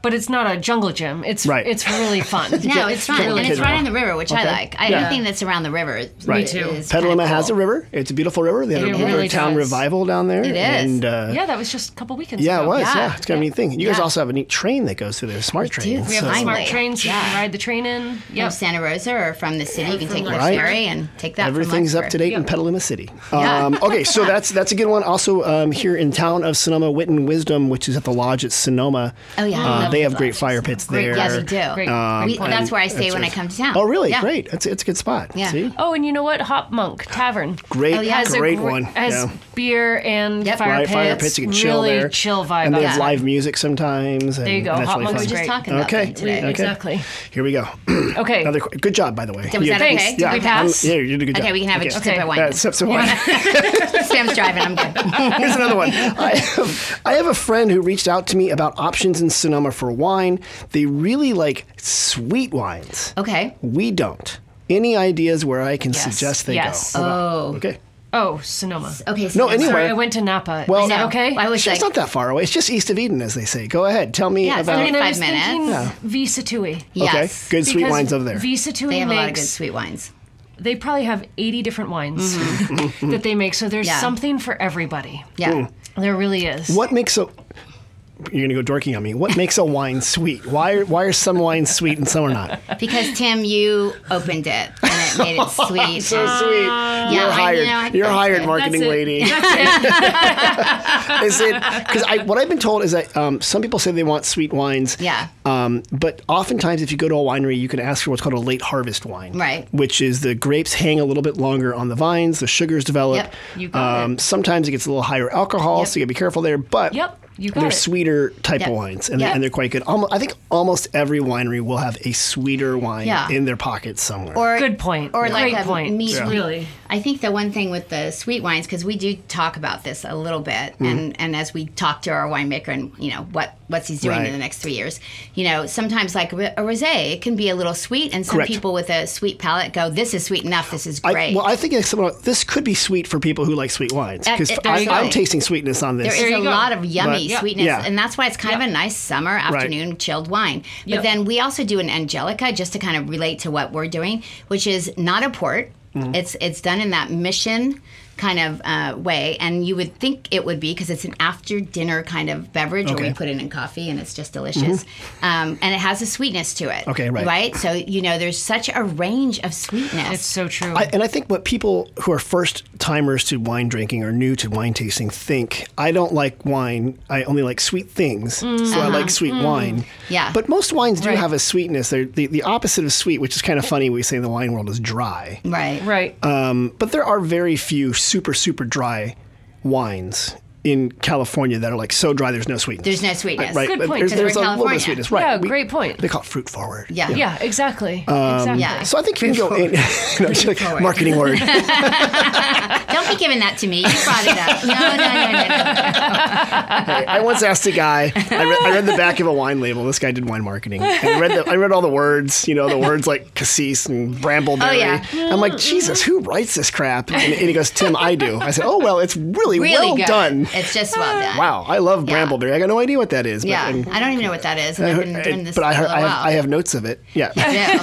Speaker 3: but it's not a jungle gym. It's
Speaker 1: Right.
Speaker 3: It's really fun.
Speaker 2: No, it's fun,
Speaker 1: Totally
Speaker 2: and it's
Speaker 1: kidding.
Speaker 2: right on the river, which I
Speaker 1: Okay.
Speaker 2: like. I,
Speaker 1: Yeah.
Speaker 2: Anything that's around the river, is-
Speaker 1: Right.
Speaker 2: is
Speaker 3: Me too.
Speaker 2: kinda
Speaker 1: Petaluma has a
Speaker 2: cool.
Speaker 1: river. It's a beautiful river. They had
Speaker 3: It
Speaker 1: a river
Speaker 3: really
Speaker 1: town
Speaker 3: does.
Speaker 1: revival down there.
Speaker 2: It is.
Speaker 1: And, uh,
Speaker 3: Yeah, that was just a couple weekends
Speaker 1: Yeah,
Speaker 3: ago.
Speaker 1: it was. Yeah,
Speaker 2: Yeah.
Speaker 1: it's kind of a neat thing. You guys
Speaker 2: Yeah.
Speaker 1: also have a neat train that goes through there, smart train.
Speaker 2: We have
Speaker 1: so-
Speaker 2: a
Speaker 3: Smart
Speaker 2: Finally.
Speaker 3: train, so you can ride the train in.
Speaker 2: From
Speaker 3: Yep.
Speaker 2: Santa Rosa or from the city, you can take Lynch
Speaker 1: Right.
Speaker 2: Ferry and take that. from
Speaker 1: Everything's up
Speaker 2: Lynchburg.
Speaker 1: to date in
Speaker 3: Yeah.
Speaker 1: Petaluma City.
Speaker 2: Yeah.
Speaker 1: Um, okay, so that's that's a good one. Also, um, here in town of Sonoma, Wit and Wisdom, which is at the lodge at Sonoma.
Speaker 2: Oh, yeah. I
Speaker 1: uh,
Speaker 2: love
Speaker 1: they
Speaker 2: the
Speaker 1: have great
Speaker 3: lodge.
Speaker 1: fire pits there. Um,
Speaker 2: Yeah, they do.
Speaker 3: Great.
Speaker 2: We-
Speaker 3: Great
Speaker 2: that's
Speaker 3: point.
Speaker 2: where I stay when I come to town.
Speaker 1: Oh, really?
Speaker 2: Yeah.
Speaker 1: Great. It's it's a good spot.
Speaker 2: Yeah.
Speaker 1: See,
Speaker 3: Oh, and you know what? Hop Monk Tavern.
Speaker 1: great,
Speaker 2: Oh, yeah. Has
Speaker 3: a
Speaker 1: great
Speaker 3: gr-
Speaker 1: one.
Speaker 3: Has
Speaker 1: yeah.
Speaker 3: beer and
Speaker 2: Yep.
Speaker 3: fire,
Speaker 1: Right,
Speaker 3: pits.
Speaker 1: fire pits. You can chill
Speaker 3: really
Speaker 1: there.
Speaker 3: chill vibe.
Speaker 1: And they have
Speaker 2: Yeah.
Speaker 1: live music sometimes. And
Speaker 3: There you go.
Speaker 1: That's
Speaker 3: Hot
Speaker 1: really
Speaker 3: Monk
Speaker 1: fun.
Speaker 2: We
Speaker 3: is
Speaker 2: were just
Speaker 3: Great.
Speaker 2: talking about
Speaker 1: Okay.
Speaker 2: them today.
Speaker 1: okay.
Speaker 3: Exactly.
Speaker 1: Here we go.
Speaker 3: Okay.
Speaker 1: Another qu- good job, by the way.
Speaker 2: So was
Speaker 1: You-
Speaker 2: that
Speaker 3: Thanks.
Speaker 2: okay?
Speaker 3: Did
Speaker 1: Yeah,
Speaker 3: we
Speaker 1: I'm-
Speaker 3: pass?
Speaker 1: yeah, you did a good job.
Speaker 2: Okay, we can have a
Speaker 3: Okay.
Speaker 2: sip of wine.
Speaker 1: Yeah, sips of wine.
Speaker 2: Sam's driving. I'm good.
Speaker 1: Here's another one. I have, I have a friend who reached out to me about options in Sonoma for wine. They really like sweet wines.
Speaker 2: Okay.
Speaker 1: We don't. Any ideas where I can
Speaker 3: Yes.
Speaker 1: suggest they
Speaker 3: Yes.
Speaker 1: go?
Speaker 2: Oh.
Speaker 1: Okay.
Speaker 3: Oh, Sonoma.
Speaker 2: Okay. So
Speaker 1: No,
Speaker 2: that's-
Speaker 1: anyway.
Speaker 3: Sorry, I went to Napa.
Speaker 1: Well-
Speaker 3: is that
Speaker 2: No,
Speaker 3: okay?
Speaker 2: I was
Speaker 1: It's
Speaker 2: like,
Speaker 1: not that far away. It's just east of Eden, as they say. Go ahead. Tell me
Speaker 2: Yeah, it's
Speaker 1: about.
Speaker 2: only
Speaker 3: And I was
Speaker 2: Five
Speaker 3: thinking
Speaker 1: minutes.
Speaker 3: Visa Tui.
Speaker 2: yes.
Speaker 1: Okay. Good sweet
Speaker 3: Because
Speaker 1: wines over there.
Speaker 3: Visa Tui
Speaker 2: They have a
Speaker 3: makes
Speaker 2: lot of good sweet wines.
Speaker 3: they probably have 80 different wines
Speaker 1: Mm-hmm.
Speaker 3: that they make so there's
Speaker 2: Yeah.
Speaker 1: Mm.
Speaker 3: something for everybody
Speaker 2: Yeah.
Speaker 3: there really is
Speaker 1: What makes a you're gonna go dorking on me. What makes a wine sweet? Why are, why are some wines sweet and some are not?
Speaker 2: Because Tim, you opened it and it made it sweet.
Speaker 1: So sweet. You're
Speaker 2: Oh. I-
Speaker 1: hired.
Speaker 2: you know, I-
Speaker 1: You're
Speaker 2: that's
Speaker 1: hired,
Speaker 2: it.
Speaker 1: marketing
Speaker 3: That's it.
Speaker 1: lady. is it because I what I've been told is that um, some people say they want sweet wines.
Speaker 2: Yeah.
Speaker 1: Um, but oftentimes, if you go to a winery, you can ask for what's called a late harvest wine.
Speaker 2: Right.
Speaker 1: Which is the grapes hang a little bit longer on the vines, the sugars develop. Um,
Speaker 2: Yep, you got it.
Speaker 1: Sometimes it gets a little higher alcohol,
Speaker 3: Yep.
Speaker 1: so you gotta be careful there. But
Speaker 3: Yep, you got
Speaker 1: they're
Speaker 3: it.
Speaker 1: sweeter type
Speaker 2: Yep.
Speaker 1: of wines, and,
Speaker 2: Yep.
Speaker 1: they're, and they're quite good. Almost, I think almost every winery will have a sweeter wine
Speaker 2: Yeah.
Speaker 1: in their pocket somewhere.
Speaker 2: Or-
Speaker 3: Good point.
Speaker 2: Or like
Speaker 3: Great
Speaker 2: a
Speaker 3: point.
Speaker 2: meat.
Speaker 3: Really.
Speaker 2: I think the one thing with the sweet wines, because we do talk about this a little bit,
Speaker 1: Mm-hmm.
Speaker 2: and, and as we talk to our winemaker and you know what what's he's doing
Speaker 1: Right.
Speaker 2: in the next three years, you know sometimes like a ri- a rosé, it can be a little sweet, and some
Speaker 1: Correct.
Speaker 2: people with a sweet palate go, "This is sweet enough. This is
Speaker 1: I-
Speaker 2: great."
Speaker 1: well, I think it's somewhat- this could be sweet for people who like sweet wines because
Speaker 2: Uh, it-
Speaker 1: I'm
Speaker 2: there you go.
Speaker 1: tasting sweetness on this.
Speaker 2: there is
Speaker 3: There
Speaker 2: a
Speaker 3: you go.
Speaker 2: lot of yummy
Speaker 1: But- Yeah.
Speaker 2: sweetness,
Speaker 1: Yeah.
Speaker 2: and that's why it's kind of a nice summer afternoon chilled wine. But
Speaker 3: Yep.
Speaker 2: then we also do an angelica just to kind of relate to what we're doing, which is not a port.
Speaker 1: Mm-hmm.
Speaker 2: It's it's done in that mission kind of uh, way, and you would think it would be because it's an after dinner kind of beverage, or we
Speaker 1: Okay. Mm-hmm.
Speaker 2: put it in coffee, and it's just delicious. Um, and it has a sweetness to it.
Speaker 1: Okay, right.
Speaker 2: Right. So you know, there's such a range of sweetness.
Speaker 3: It's so true.
Speaker 1: I, and I think what people who are first timers to wine drinking or new to wine tasting think I don't like wine. I only like sweet things. So I like sweet wine.
Speaker 2: Mm. Yeah.
Speaker 1: But most wines do
Speaker 3: Right.
Speaker 1: have a sweetness. They're the, the opposite of sweet, which is kind of funny. We say in the wine world is dry.
Speaker 2: right.
Speaker 3: right.
Speaker 1: Um, but there are very few super, super dry wines in California that are like so dry there's no sweetness.
Speaker 2: There's no sweetness.
Speaker 1: Right.
Speaker 3: Good
Speaker 1: but
Speaker 3: point,
Speaker 1: There's,
Speaker 3: 'cause we're
Speaker 1: there's
Speaker 2: in
Speaker 1: a little bit
Speaker 2: California.
Speaker 1: of sweetness. Right.
Speaker 3: Yeah, great point.
Speaker 1: They call it fruit forward.
Speaker 2: Yeah.
Speaker 3: yeah, exactly.
Speaker 1: Um,
Speaker 3: exactly.
Speaker 2: yeah.
Speaker 1: So I think you can go in. no, just like, marketing word.
Speaker 2: Don't be giving that to me. You brought it up. No, no, no, no, no.
Speaker 1: I once asked a guy. I read, I read the back of a wine label. This guy did wine marketing. And I read the, I read all the words. You know, the words like cassis and brambleberry.
Speaker 2: Oh, yeah.
Speaker 1: I'm like, Jesus, who writes this crap? And, and he goes, Tim, I do. I said, Oh well, it's really,
Speaker 2: really
Speaker 1: well
Speaker 2: good.
Speaker 1: done.
Speaker 2: It's just well done.
Speaker 1: Wow, I love brambleberry. I got no idea what that is. But,
Speaker 2: Yeah,
Speaker 1: and-
Speaker 2: I don't even know what that is. and I've been doing this
Speaker 1: but I,
Speaker 2: for
Speaker 1: heard,
Speaker 2: a
Speaker 1: I,
Speaker 2: while.
Speaker 1: have, I have notes of it. Yeah.
Speaker 2: Yeah.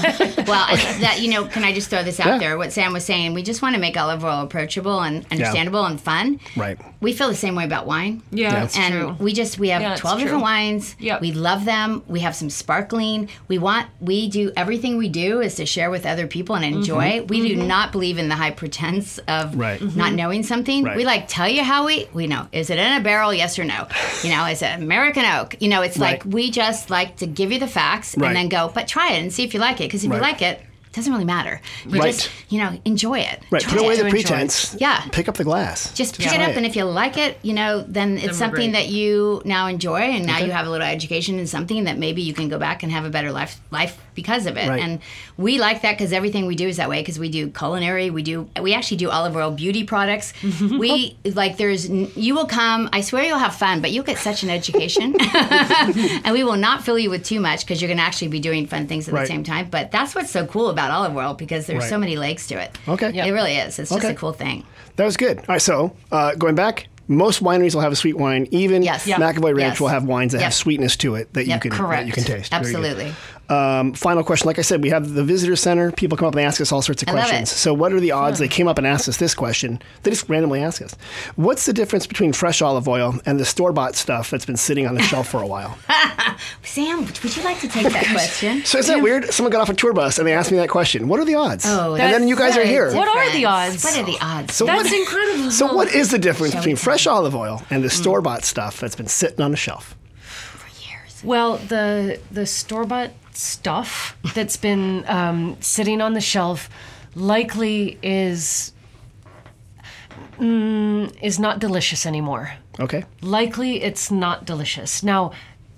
Speaker 2: well, I, that you know, can I just throw this out
Speaker 1: Yeah.
Speaker 2: there? What Sam was saying, we just want to make olive oil approachable and understandable and fun.
Speaker 1: Right.
Speaker 2: We feel the same way about wine.
Speaker 3: Yeah,
Speaker 1: Yeah.
Speaker 3: that's
Speaker 2: and
Speaker 3: true.
Speaker 2: we just we have
Speaker 3: Yeah, it's
Speaker 2: 12 different
Speaker 3: true.
Speaker 2: wines
Speaker 3: Yep.
Speaker 2: we love them we have some sparkling we want we do everything we do is to share with other people and enjoy
Speaker 3: Mm-hmm.
Speaker 2: we do not believe in the high pretense of
Speaker 1: Right. Mhm.
Speaker 2: not knowing something
Speaker 1: Right.
Speaker 2: we like tell you how we we know is it in a barrel yes or no you know is it american oak you know it's like
Speaker 1: Right.
Speaker 2: we just like to give you the facts
Speaker 1: Right.
Speaker 2: and then go but try it and see if you like it because if you
Speaker 1: Right.
Speaker 2: like it it doesn't really matter you
Speaker 1: Right.
Speaker 2: just you know enjoy it
Speaker 1: Right.
Speaker 2: Try
Speaker 1: Put away
Speaker 2: it.
Speaker 1: the
Speaker 3: To enjoy.
Speaker 1: pretense.
Speaker 2: Yeah.
Speaker 1: Pick up the glass.
Speaker 2: Just pick
Speaker 1: try
Speaker 2: it up, and if you like it, you know, then it's
Speaker 3: we're
Speaker 2: something
Speaker 3: great.
Speaker 2: that you now enjoy, and now you have a little education and something that maybe you can go back and have a better life life because of it.
Speaker 1: Right.
Speaker 2: And we like that because everything we do is that way. Because we do culinary, we do we actually do olive oil beauty products. we like there's n- you will come. I swear you'll have fun, but you'll get such an education, and we will not fill you with too much because you're going to actually be doing fun things at the
Speaker 1: Right.
Speaker 2: same time. But that's what's so cool about olive oil because there's
Speaker 1: Right.
Speaker 2: so many legs to it.
Speaker 1: Okay. Yep.
Speaker 2: it really is. It's just
Speaker 1: Okay.
Speaker 2: a cool thing.
Speaker 1: That was good. All right, so uh, going back, most wineries will have a sweet wine. Even
Speaker 2: Yes. Yeah.
Speaker 1: McAvoy Ranch
Speaker 2: Yes.
Speaker 1: will have wines that
Speaker 2: Yep.
Speaker 1: have sweetness to it that
Speaker 2: Yep,
Speaker 1: you can that you
Speaker 3: correct.
Speaker 1: can taste. Very good.
Speaker 2: Absolutely.
Speaker 1: Um, final question. Like I said, we have the visitor center. People come up and ask us all sorts of
Speaker 2: love
Speaker 1: questions.
Speaker 2: it.
Speaker 1: So, what are the odds they came up and asked us this question? They just randomly ask us. What's the difference between fresh olive oil and the store bought stuff that's been sitting on the shelf for a while?
Speaker 2: Sam, would you like to take that question?
Speaker 1: So, isn't that weird? Someone got off a tour bus and they asked me that question. What are the odds?
Speaker 2: Oh,
Speaker 1: and then you guys are
Speaker 2: Very
Speaker 1: here.
Speaker 3: What are the
Speaker 2: different.
Speaker 3: odds?
Speaker 2: What are the odds?
Speaker 1: So
Speaker 3: That's
Speaker 1: what-
Speaker 3: incredible.
Speaker 1: So what is the difference
Speaker 2: Shall we
Speaker 1: between
Speaker 2: tell
Speaker 1: fresh olive oil and
Speaker 3: Mm.
Speaker 1: the store-bought stuff that's been sitting on a shelf?
Speaker 3: Well, the the store bought stuff that's been um, sitting on the shelf likely is mm, is not delicious anymore.
Speaker 1: Okay.
Speaker 3: Likely, it's not delicious. Now,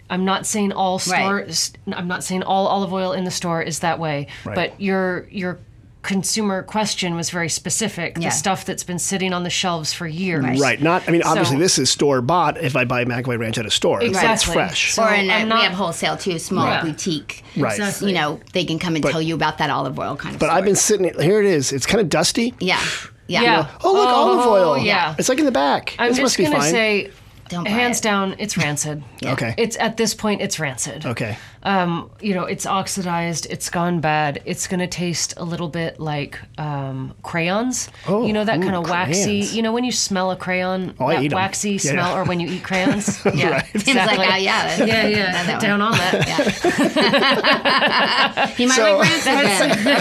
Speaker 3: I'm not saying all store.
Speaker 2: Right.
Speaker 3: s- I'm not saying all olive oil in the store is that way.
Speaker 1: Right.
Speaker 3: But your your consumer question was very specific.
Speaker 2: Yeah.
Speaker 3: The stuff that's been sitting on the shelves for years.
Speaker 1: Right. Not. I mean, obviously,
Speaker 3: So-
Speaker 1: this is store-bought. If I buy McAvoy Ranch at a store, so it's
Speaker 3: Exactly.
Speaker 1: fresh.
Speaker 3: So
Speaker 2: or in a,
Speaker 3: I'm not-
Speaker 2: we have wholesale too, small
Speaker 3: Right.
Speaker 2: boutique.
Speaker 1: Right.
Speaker 2: You know, they can come and tell you about that olive oil kind of.
Speaker 1: But I've
Speaker 2: store.
Speaker 1: been sitting. Here it is. It's kind of dusty.
Speaker 2: Yeah. Yeah.
Speaker 3: Yeah.
Speaker 1: Oh look, olive
Speaker 3: Oh,
Speaker 1: oil.
Speaker 3: yeah.
Speaker 1: It's like in the back.
Speaker 3: I'm
Speaker 1: this
Speaker 3: just
Speaker 1: must be
Speaker 3: gonna
Speaker 1: fine.
Speaker 3: say
Speaker 2: Don't buy
Speaker 3: Hands
Speaker 2: it.
Speaker 3: down, it's rancid.
Speaker 1: Okay.
Speaker 3: It's at this point, it's rancid.
Speaker 1: Okay.
Speaker 3: Um, you know, it's oxidized. It's gone bad. It's gonna taste a little bit like um, crayons.
Speaker 1: Oh,
Speaker 3: you know that
Speaker 1: ooh,
Speaker 3: kind of waxy.
Speaker 1: crayons.
Speaker 3: You know when you smell a crayon,
Speaker 1: Oh, I
Speaker 3: that
Speaker 1: eat 'em.
Speaker 3: waxy
Speaker 1: Yeah.
Speaker 3: smell, or when you eat crayons. Yeah,
Speaker 1: Right. Tim's
Speaker 2: Tim's like, oh, yeah,
Speaker 3: Yeah,
Speaker 2: I know
Speaker 3: yeah,
Speaker 2: that
Speaker 3: down
Speaker 2: one.
Speaker 3: on that.
Speaker 2: Yeah. he might
Speaker 1: So-
Speaker 2: like rancid then.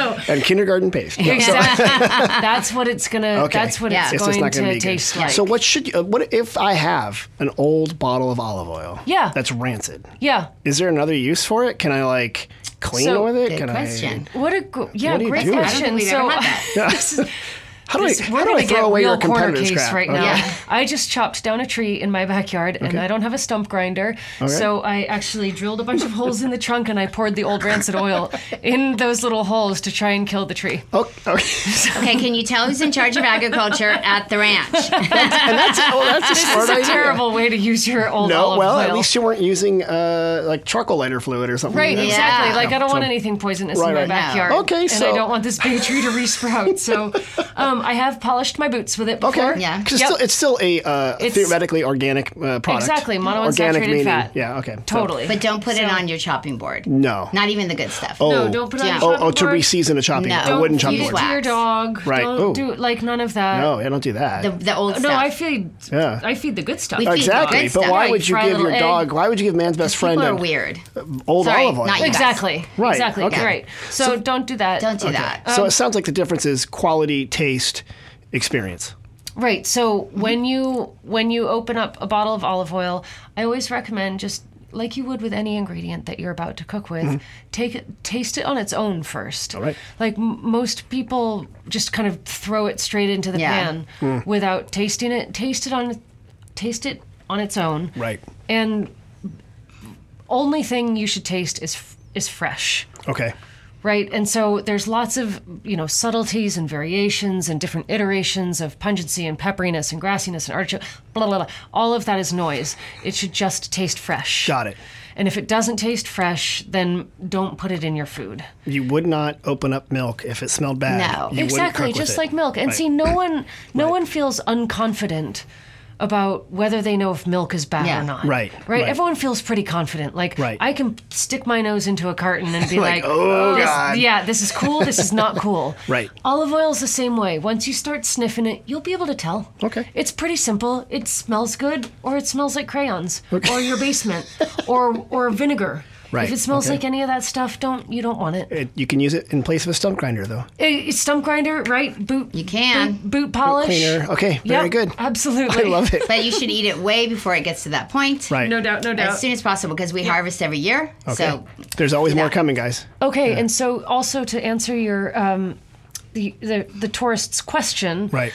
Speaker 2: Okay.
Speaker 1: And kindergarten paste. No, so-
Speaker 3: Exactly. that's what it's gonna.
Speaker 1: Okay.
Speaker 3: That's what
Speaker 2: Yeah.
Speaker 3: it's
Speaker 2: It's
Speaker 1: just
Speaker 3: going
Speaker 1: not gonna
Speaker 3: to
Speaker 1: be good.
Speaker 3: taste like.
Speaker 1: So what should you, uh, what if I have an old bottle of olive oil?
Speaker 3: Yeah.
Speaker 1: That's rancid.
Speaker 3: yeah.
Speaker 1: Is there another use for it? Can I like clean
Speaker 3: So-
Speaker 1: with it?
Speaker 2: Good
Speaker 1: Can
Speaker 2: question.
Speaker 3: What a gr- yeah,
Speaker 1: What do you
Speaker 3: great
Speaker 1: do? I don't
Speaker 3: question.
Speaker 2: think we've
Speaker 3: so
Speaker 2: ever had that.
Speaker 3: this is-
Speaker 1: I how do
Speaker 3: this-
Speaker 1: I
Speaker 3: we're
Speaker 1: how do
Speaker 3: gonna
Speaker 1: I
Speaker 3: get
Speaker 1: throw away
Speaker 3: real
Speaker 1: your
Speaker 3: corner
Speaker 1: competitors
Speaker 3: case
Speaker 1: crap?
Speaker 3: right
Speaker 1: Okay.
Speaker 3: now.
Speaker 2: Yeah.
Speaker 3: I just chopped down a tree in my backyard, and I don't have a stump grinder, so I actually drilled a bunch of holes in the trunk, and I poured the old rancid oil in those little holes to try and kill the tree.
Speaker 1: Oh, okay.
Speaker 2: Okay, can you tell who's in charge of agriculture at the ranch?
Speaker 1: and that's oh, that's a smart
Speaker 3: It's a
Speaker 1: idea.
Speaker 3: terrible way to use your old
Speaker 1: No,
Speaker 3: olive
Speaker 1: well,
Speaker 3: oil.
Speaker 1: at least you weren't using uh, like charcoal lighter fluid or something.
Speaker 3: Right,
Speaker 1: you know?
Speaker 3: exactly.
Speaker 2: Yeah.
Speaker 3: Like I don't want
Speaker 1: So-
Speaker 3: anything poisonous
Speaker 1: Right,
Speaker 3: in my
Speaker 1: right. No.
Speaker 3: backyard.
Speaker 1: Okay,
Speaker 3: and
Speaker 1: so-
Speaker 3: I don't want this bay tree to resprout. So, um, I have polished my boots with it. Before.
Speaker 1: Okay.
Speaker 2: Yeah.
Speaker 1: 'Cause It's
Speaker 3: Yep.
Speaker 1: still, it's still a uh,
Speaker 3: It's-
Speaker 1: theoretically organic uh, product.
Speaker 3: Exactly,
Speaker 1: Organic
Speaker 3: monounsaturated
Speaker 1: meaning,
Speaker 3: fat.
Speaker 1: Yeah. Okay. So-
Speaker 3: Totally.
Speaker 2: but don't put it
Speaker 3: So-
Speaker 2: on your chopping board.
Speaker 1: no.
Speaker 2: Not even the good stuff.
Speaker 1: oh.
Speaker 3: No, don't put it on
Speaker 2: Yeah.
Speaker 3: your
Speaker 1: Oh,
Speaker 3: chopping
Speaker 1: oh, to
Speaker 3: board.
Speaker 1: reseason a chopping,
Speaker 2: No.
Speaker 1: a wooden
Speaker 2: Don't
Speaker 1: chopping
Speaker 3: feed
Speaker 2: chop
Speaker 3: it
Speaker 1: board.
Speaker 3: to your
Speaker 2: Wax.
Speaker 3: dog.
Speaker 1: Right.
Speaker 3: Don't
Speaker 1: Ooh.
Speaker 3: do like none of that.
Speaker 1: No, I don't do that.
Speaker 2: The, the old
Speaker 3: No,
Speaker 2: stuff.
Speaker 3: I feed.
Speaker 1: Yeah.
Speaker 3: I feed the good stuff.
Speaker 2: We feed
Speaker 1: exactly.
Speaker 2: good
Speaker 1: But
Speaker 2: stuff.
Speaker 1: why
Speaker 3: Right,
Speaker 1: would you
Speaker 3: fry a
Speaker 1: give your
Speaker 3: little
Speaker 1: dog? Why would you give man's best friend
Speaker 2: People are
Speaker 1: an
Speaker 2: weird.
Speaker 1: old
Speaker 2: Sorry,
Speaker 1: olive oil?
Speaker 2: not you.
Speaker 3: Exactly.
Speaker 1: Right,
Speaker 3: Exactly.
Speaker 1: okay.
Speaker 3: Right. So, don't do that.
Speaker 2: Don't do that.
Speaker 1: So it
Speaker 3: Um,
Speaker 1: sounds like the difference is quality, taste, experience.
Speaker 3: Right. So when you when you open up a bottle of olive oil, I always recommend just like you would with any ingredient that you're about to cook with, take it taste it on its own first.
Speaker 1: Mm-hmm. All right.
Speaker 3: Like m- most people just kind of throw it straight into the
Speaker 2: Yeah.
Speaker 3: pan
Speaker 1: Hmm.
Speaker 3: without tasting it. Taste it on taste it on its own.
Speaker 1: Right.
Speaker 3: And only thing you should taste is f- is fresh
Speaker 1: Okay.
Speaker 3: right and so there's lots of you know subtleties and variations and different iterations of pungency and pepperiness and grassiness and artichoke blah blah blah all of that is noise it should just taste fresh
Speaker 1: Got it.
Speaker 3: and if it doesn't taste fresh then don't put it in your food
Speaker 1: You would not open up milk if it smelled bad. You
Speaker 2: No.
Speaker 1: wouldn't
Speaker 3: exactly
Speaker 1: cook with
Speaker 3: just
Speaker 1: it.
Speaker 3: like milk and
Speaker 1: Right.
Speaker 3: see no one no one feels unconfident about whether they know if milk is bad
Speaker 2: Yeah.
Speaker 3: or not
Speaker 1: Right,
Speaker 3: right
Speaker 1: right.
Speaker 3: everyone feels pretty confident like
Speaker 1: Right.
Speaker 3: i can stick my nose into a carton and be
Speaker 1: Like,
Speaker 3: like,
Speaker 1: "Oh,
Speaker 3: this-
Speaker 1: God."
Speaker 3: yeah this is cool this is not cool
Speaker 1: Right.
Speaker 3: olive oil is the same way once you start sniffing it you'll be able to tell
Speaker 1: Okay.
Speaker 3: it's pretty simple it smells good or it smells like crayons or your basement or or vinegar
Speaker 1: Right,
Speaker 3: if it smells
Speaker 1: okay.
Speaker 3: like any of that stuff don't you don't want it
Speaker 1: It- you can use it in place of a stump grinder, though.
Speaker 3: a a stump grinder, right? Boot.
Speaker 2: You can.
Speaker 3: boot, boot polish.
Speaker 1: Cleaner. Okay. Very
Speaker 3: Yep,
Speaker 1: good.
Speaker 3: Absolutely.
Speaker 1: I love it.
Speaker 2: but you should eat it way before it gets to that point.
Speaker 1: Right.
Speaker 3: No doubt. No doubt.
Speaker 2: As soon as possible because we harvest every year. So
Speaker 1: There's always more coming, guys.
Speaker 3: okay, and so also to answer your um, the, the the tourist's question, um,
Speaker 1: Right.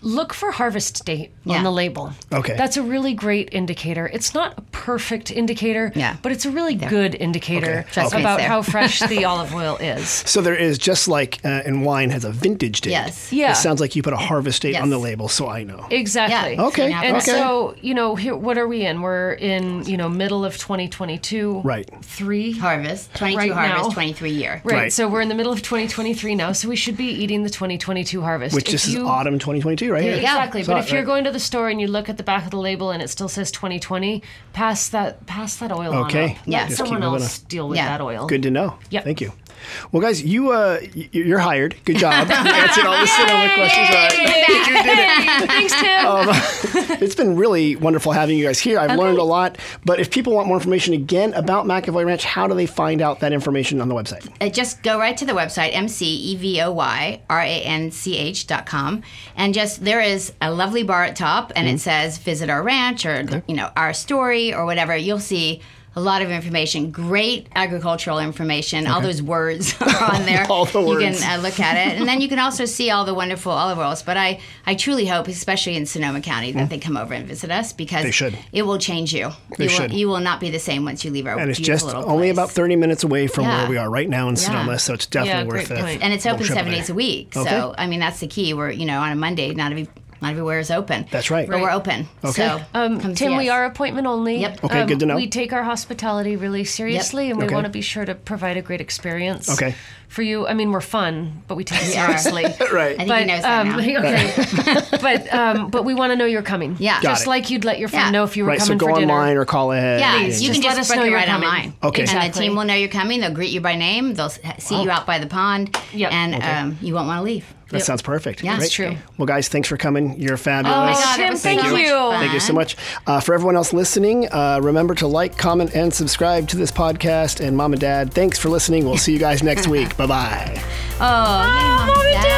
Speaker 3: look for harvest date
Speaker 2: Yeah.
Speaker 3: on the label.
Speaker 1: Okay.
Speaker 3: That's a really great indicator. It's not a perfect indicator,
Speaker 2: Yeah.
Speaker 3: but it's a really good indicator
Speaker 2: Trust me, it's
Speaker 3: about
Speaker 2: there.
Speaker 3: how fresh the olive oil is.
Speaker 1: So there is just like uh, in wine has a vintage date.
Speaker 2: Yes.
Speaker 3: Yeah.
Speaker 1: It sounds like you put a harvest date on
Speaker 2: Yes.
Speaker 1: the label, so I know.
Speaker 3: Exactly.
Speaker 2: Yeah.
Speaker 1: Okay,
Speaker 3: And
Speaker 1: okay.
Speaker 3: so, you know, here what are we in? We're in, you know, middle of 2022.
Speaker 1: Right.
Speaker 3: 3
Speaker 2: harvest, 22
Speaker 3: Right
Speaker 2: harvest,
Speaker 3: now.
Speaker 2: 23 year.
Speaker 3: Right.
Speaker 1: Right.
Speaker 3: So we're in the middle of 2023 now, so we should be eating the 2022 harvest.
Speaker 1: Which
Speaker 3: If
Speaker 1: this
Speaker 3: you-
Speaker 1: is autumn 2022, right here.
Speaker 2: go.
Speaker 3: Exactly.
Speaker 1: Saw
Speaker 3: But
Speaker 1: it,
Speaker 3: if you're
Speaker 1: right.
Speaker 3: going to the store and you look at the back of the label and it still says 2020, pass that pass that oil on.
Speaker 1: Okay.
Speaker 3: up.
Speaker 2: Yeah.
Speaker 3: Let
Speaker 2: Just
Speaker 1: keep
Speaker 3: someone
Speaker 1: moving
Speaker 3: else deal with
Speaker 2: Yeah.
Speaker 3: that oil.
Speaker 1: Good to know.
Speaker 3: Yep.
Speaker 1: Thank you. Well, guys, you uh, y- you're hired. Good job. Answered all the cinema questions right. You did it.
Speaker 3: Thanks, Tim.
Speaker 1: It's been really wonderful having you guys here. I've learned a lot. But if people want more information again about McAvoy Ranch, how do they find out that information on the website?
Speaker 2: Uh, just go right to the website E m-c-e-v-o-y-r-a-n-c-h dot com and just there is a lovely bar at top and
Speaker 1: Mm-hmm.
Speaker 2: it says visit our ranch or you know our story or whatever you'll see a lot of information great agricultural information all those words are on there
Speaker 1: All the
Speaker 2: you
Speaker 1: words.
Speaker 2: can uh, look at it and then you can also see all the wonderful olive oils but i i truly hope especially in sonoma county that they come over and visit us because
Speaker 1: Mm-hmm. They should.
Speaker 2: it will change you
Speaker 1: They
Speaker 2: you,
Speaker 1: should.
Speaker 2: Will, you will not be the same once you leave our
Speaker 1: And it's just
Speaker 2: beautiful little
Speaker 1: only
Speaker 2: place.
Speaker 1: about 30 minutes away from where
Speaker 2: Yeah.
Speaker 1: we are right now in Sonoma,
Speaker 2: Yeah.
Speaker 1: so it's definitely
Speaker 3: Yeah,
Speaker 1: worth
Speaker 3: great
Speaker 1: it.
Speaker 3: point.
Speaker 2: and it's
Speaker 1: Little
Speaker 2: open
Speaker 1: trip
Speaker 2: seven
Speaker 1: there.
Speaker 2: days a week.
Speaker 1: Okay.
Speaker 2: So I mean that's the key. We're you know on a Monday, not every Not everywhere is open.
Speaker 1: That's right.
Speaker 2: But we're open.
Speaker 1: Okay.
Speaker 2: So
Speaker 3: Um,
Speaker 2: come see
Speaker 3: Tim, we
Speaker 2: us.
Speaker 3: are appointment only. Um,
Speaker 2: Yep.
Speaker 1: Okay, good to know.
Speaker 3: We take our hospitality really seriously, and we
Speaker 1: Okay.
Speaker 3: want to be sure to provide a great experience.
Speaker 1: Okay.
Speaker 3: For you, I mean, we're fun, but we take it
Speaker 2: We are.
Speaker 3: seriously.
Speaker 2: I
Speaker 1: right.
Speaker 2: think
Speaker 3: But,
Speaker 2: he knows that
Speaker 3: um,
Speaker 2: now.
Speaker 3: okay. but um, but we want to know you're coming.
Speaker 2: Yeah. Got
Speaker 3: Just
Speaker 1: it.
Speaker 3: like you'd let your friend
Speaker 2: Yeah.
Speaker 3: know if you were
Speaker 1: Right. So
Speaker 3: coming
Speaker 1: go
Speaker 3: for dinner.
Speaker 1: online or call ahead.
Speaker 2: Yeah,
Speaker 1: and-
Speaker 2: you can
Speaker 3: Just
Speaker 2: just
Speaker 3: let us
Speaker 2: book
Speaker 3: know
Speaker 2: it
Speaker 3: you're
Speaker 2: right
Speaker 3: coming.
Speaker 2: online.
Speaker 1: Okay. Oh.
Speaker 2: And the
Speaker 3: Exactly.
Speaker 2: team will know you're coming. They'll greet you by name. They'll s- see you out by the pond.
Speaker 3: Yep.
Speaker 2: And um, you won't want to leave.
Speaker 1: That sounds perfect.
Speaker 2: Yeah.
Speaker 1: Great.
Speaker 2: That's
Speaker 3: true.
Speaker 1: Well, guys, thanks for coming. You're fabulous.
Speaker 2: Oh my
Speaker 3: Yes.
Speaker 2: God,
Speaker 3: Tim,
Speaker 2: it was
Speaker 3: thank
Speaker 2: so much
Speaker 3: you.
Speaker 2: fun.
Speaker 1: Thank you so much. Uh, for everyone else listening, uh, remember to like, comment, and subscribe to this podcast. And mom and dad, thanks for listening. We'll see you guys next week. Bye bye.
Speaker 2: Oh, yay, Mom and Dad.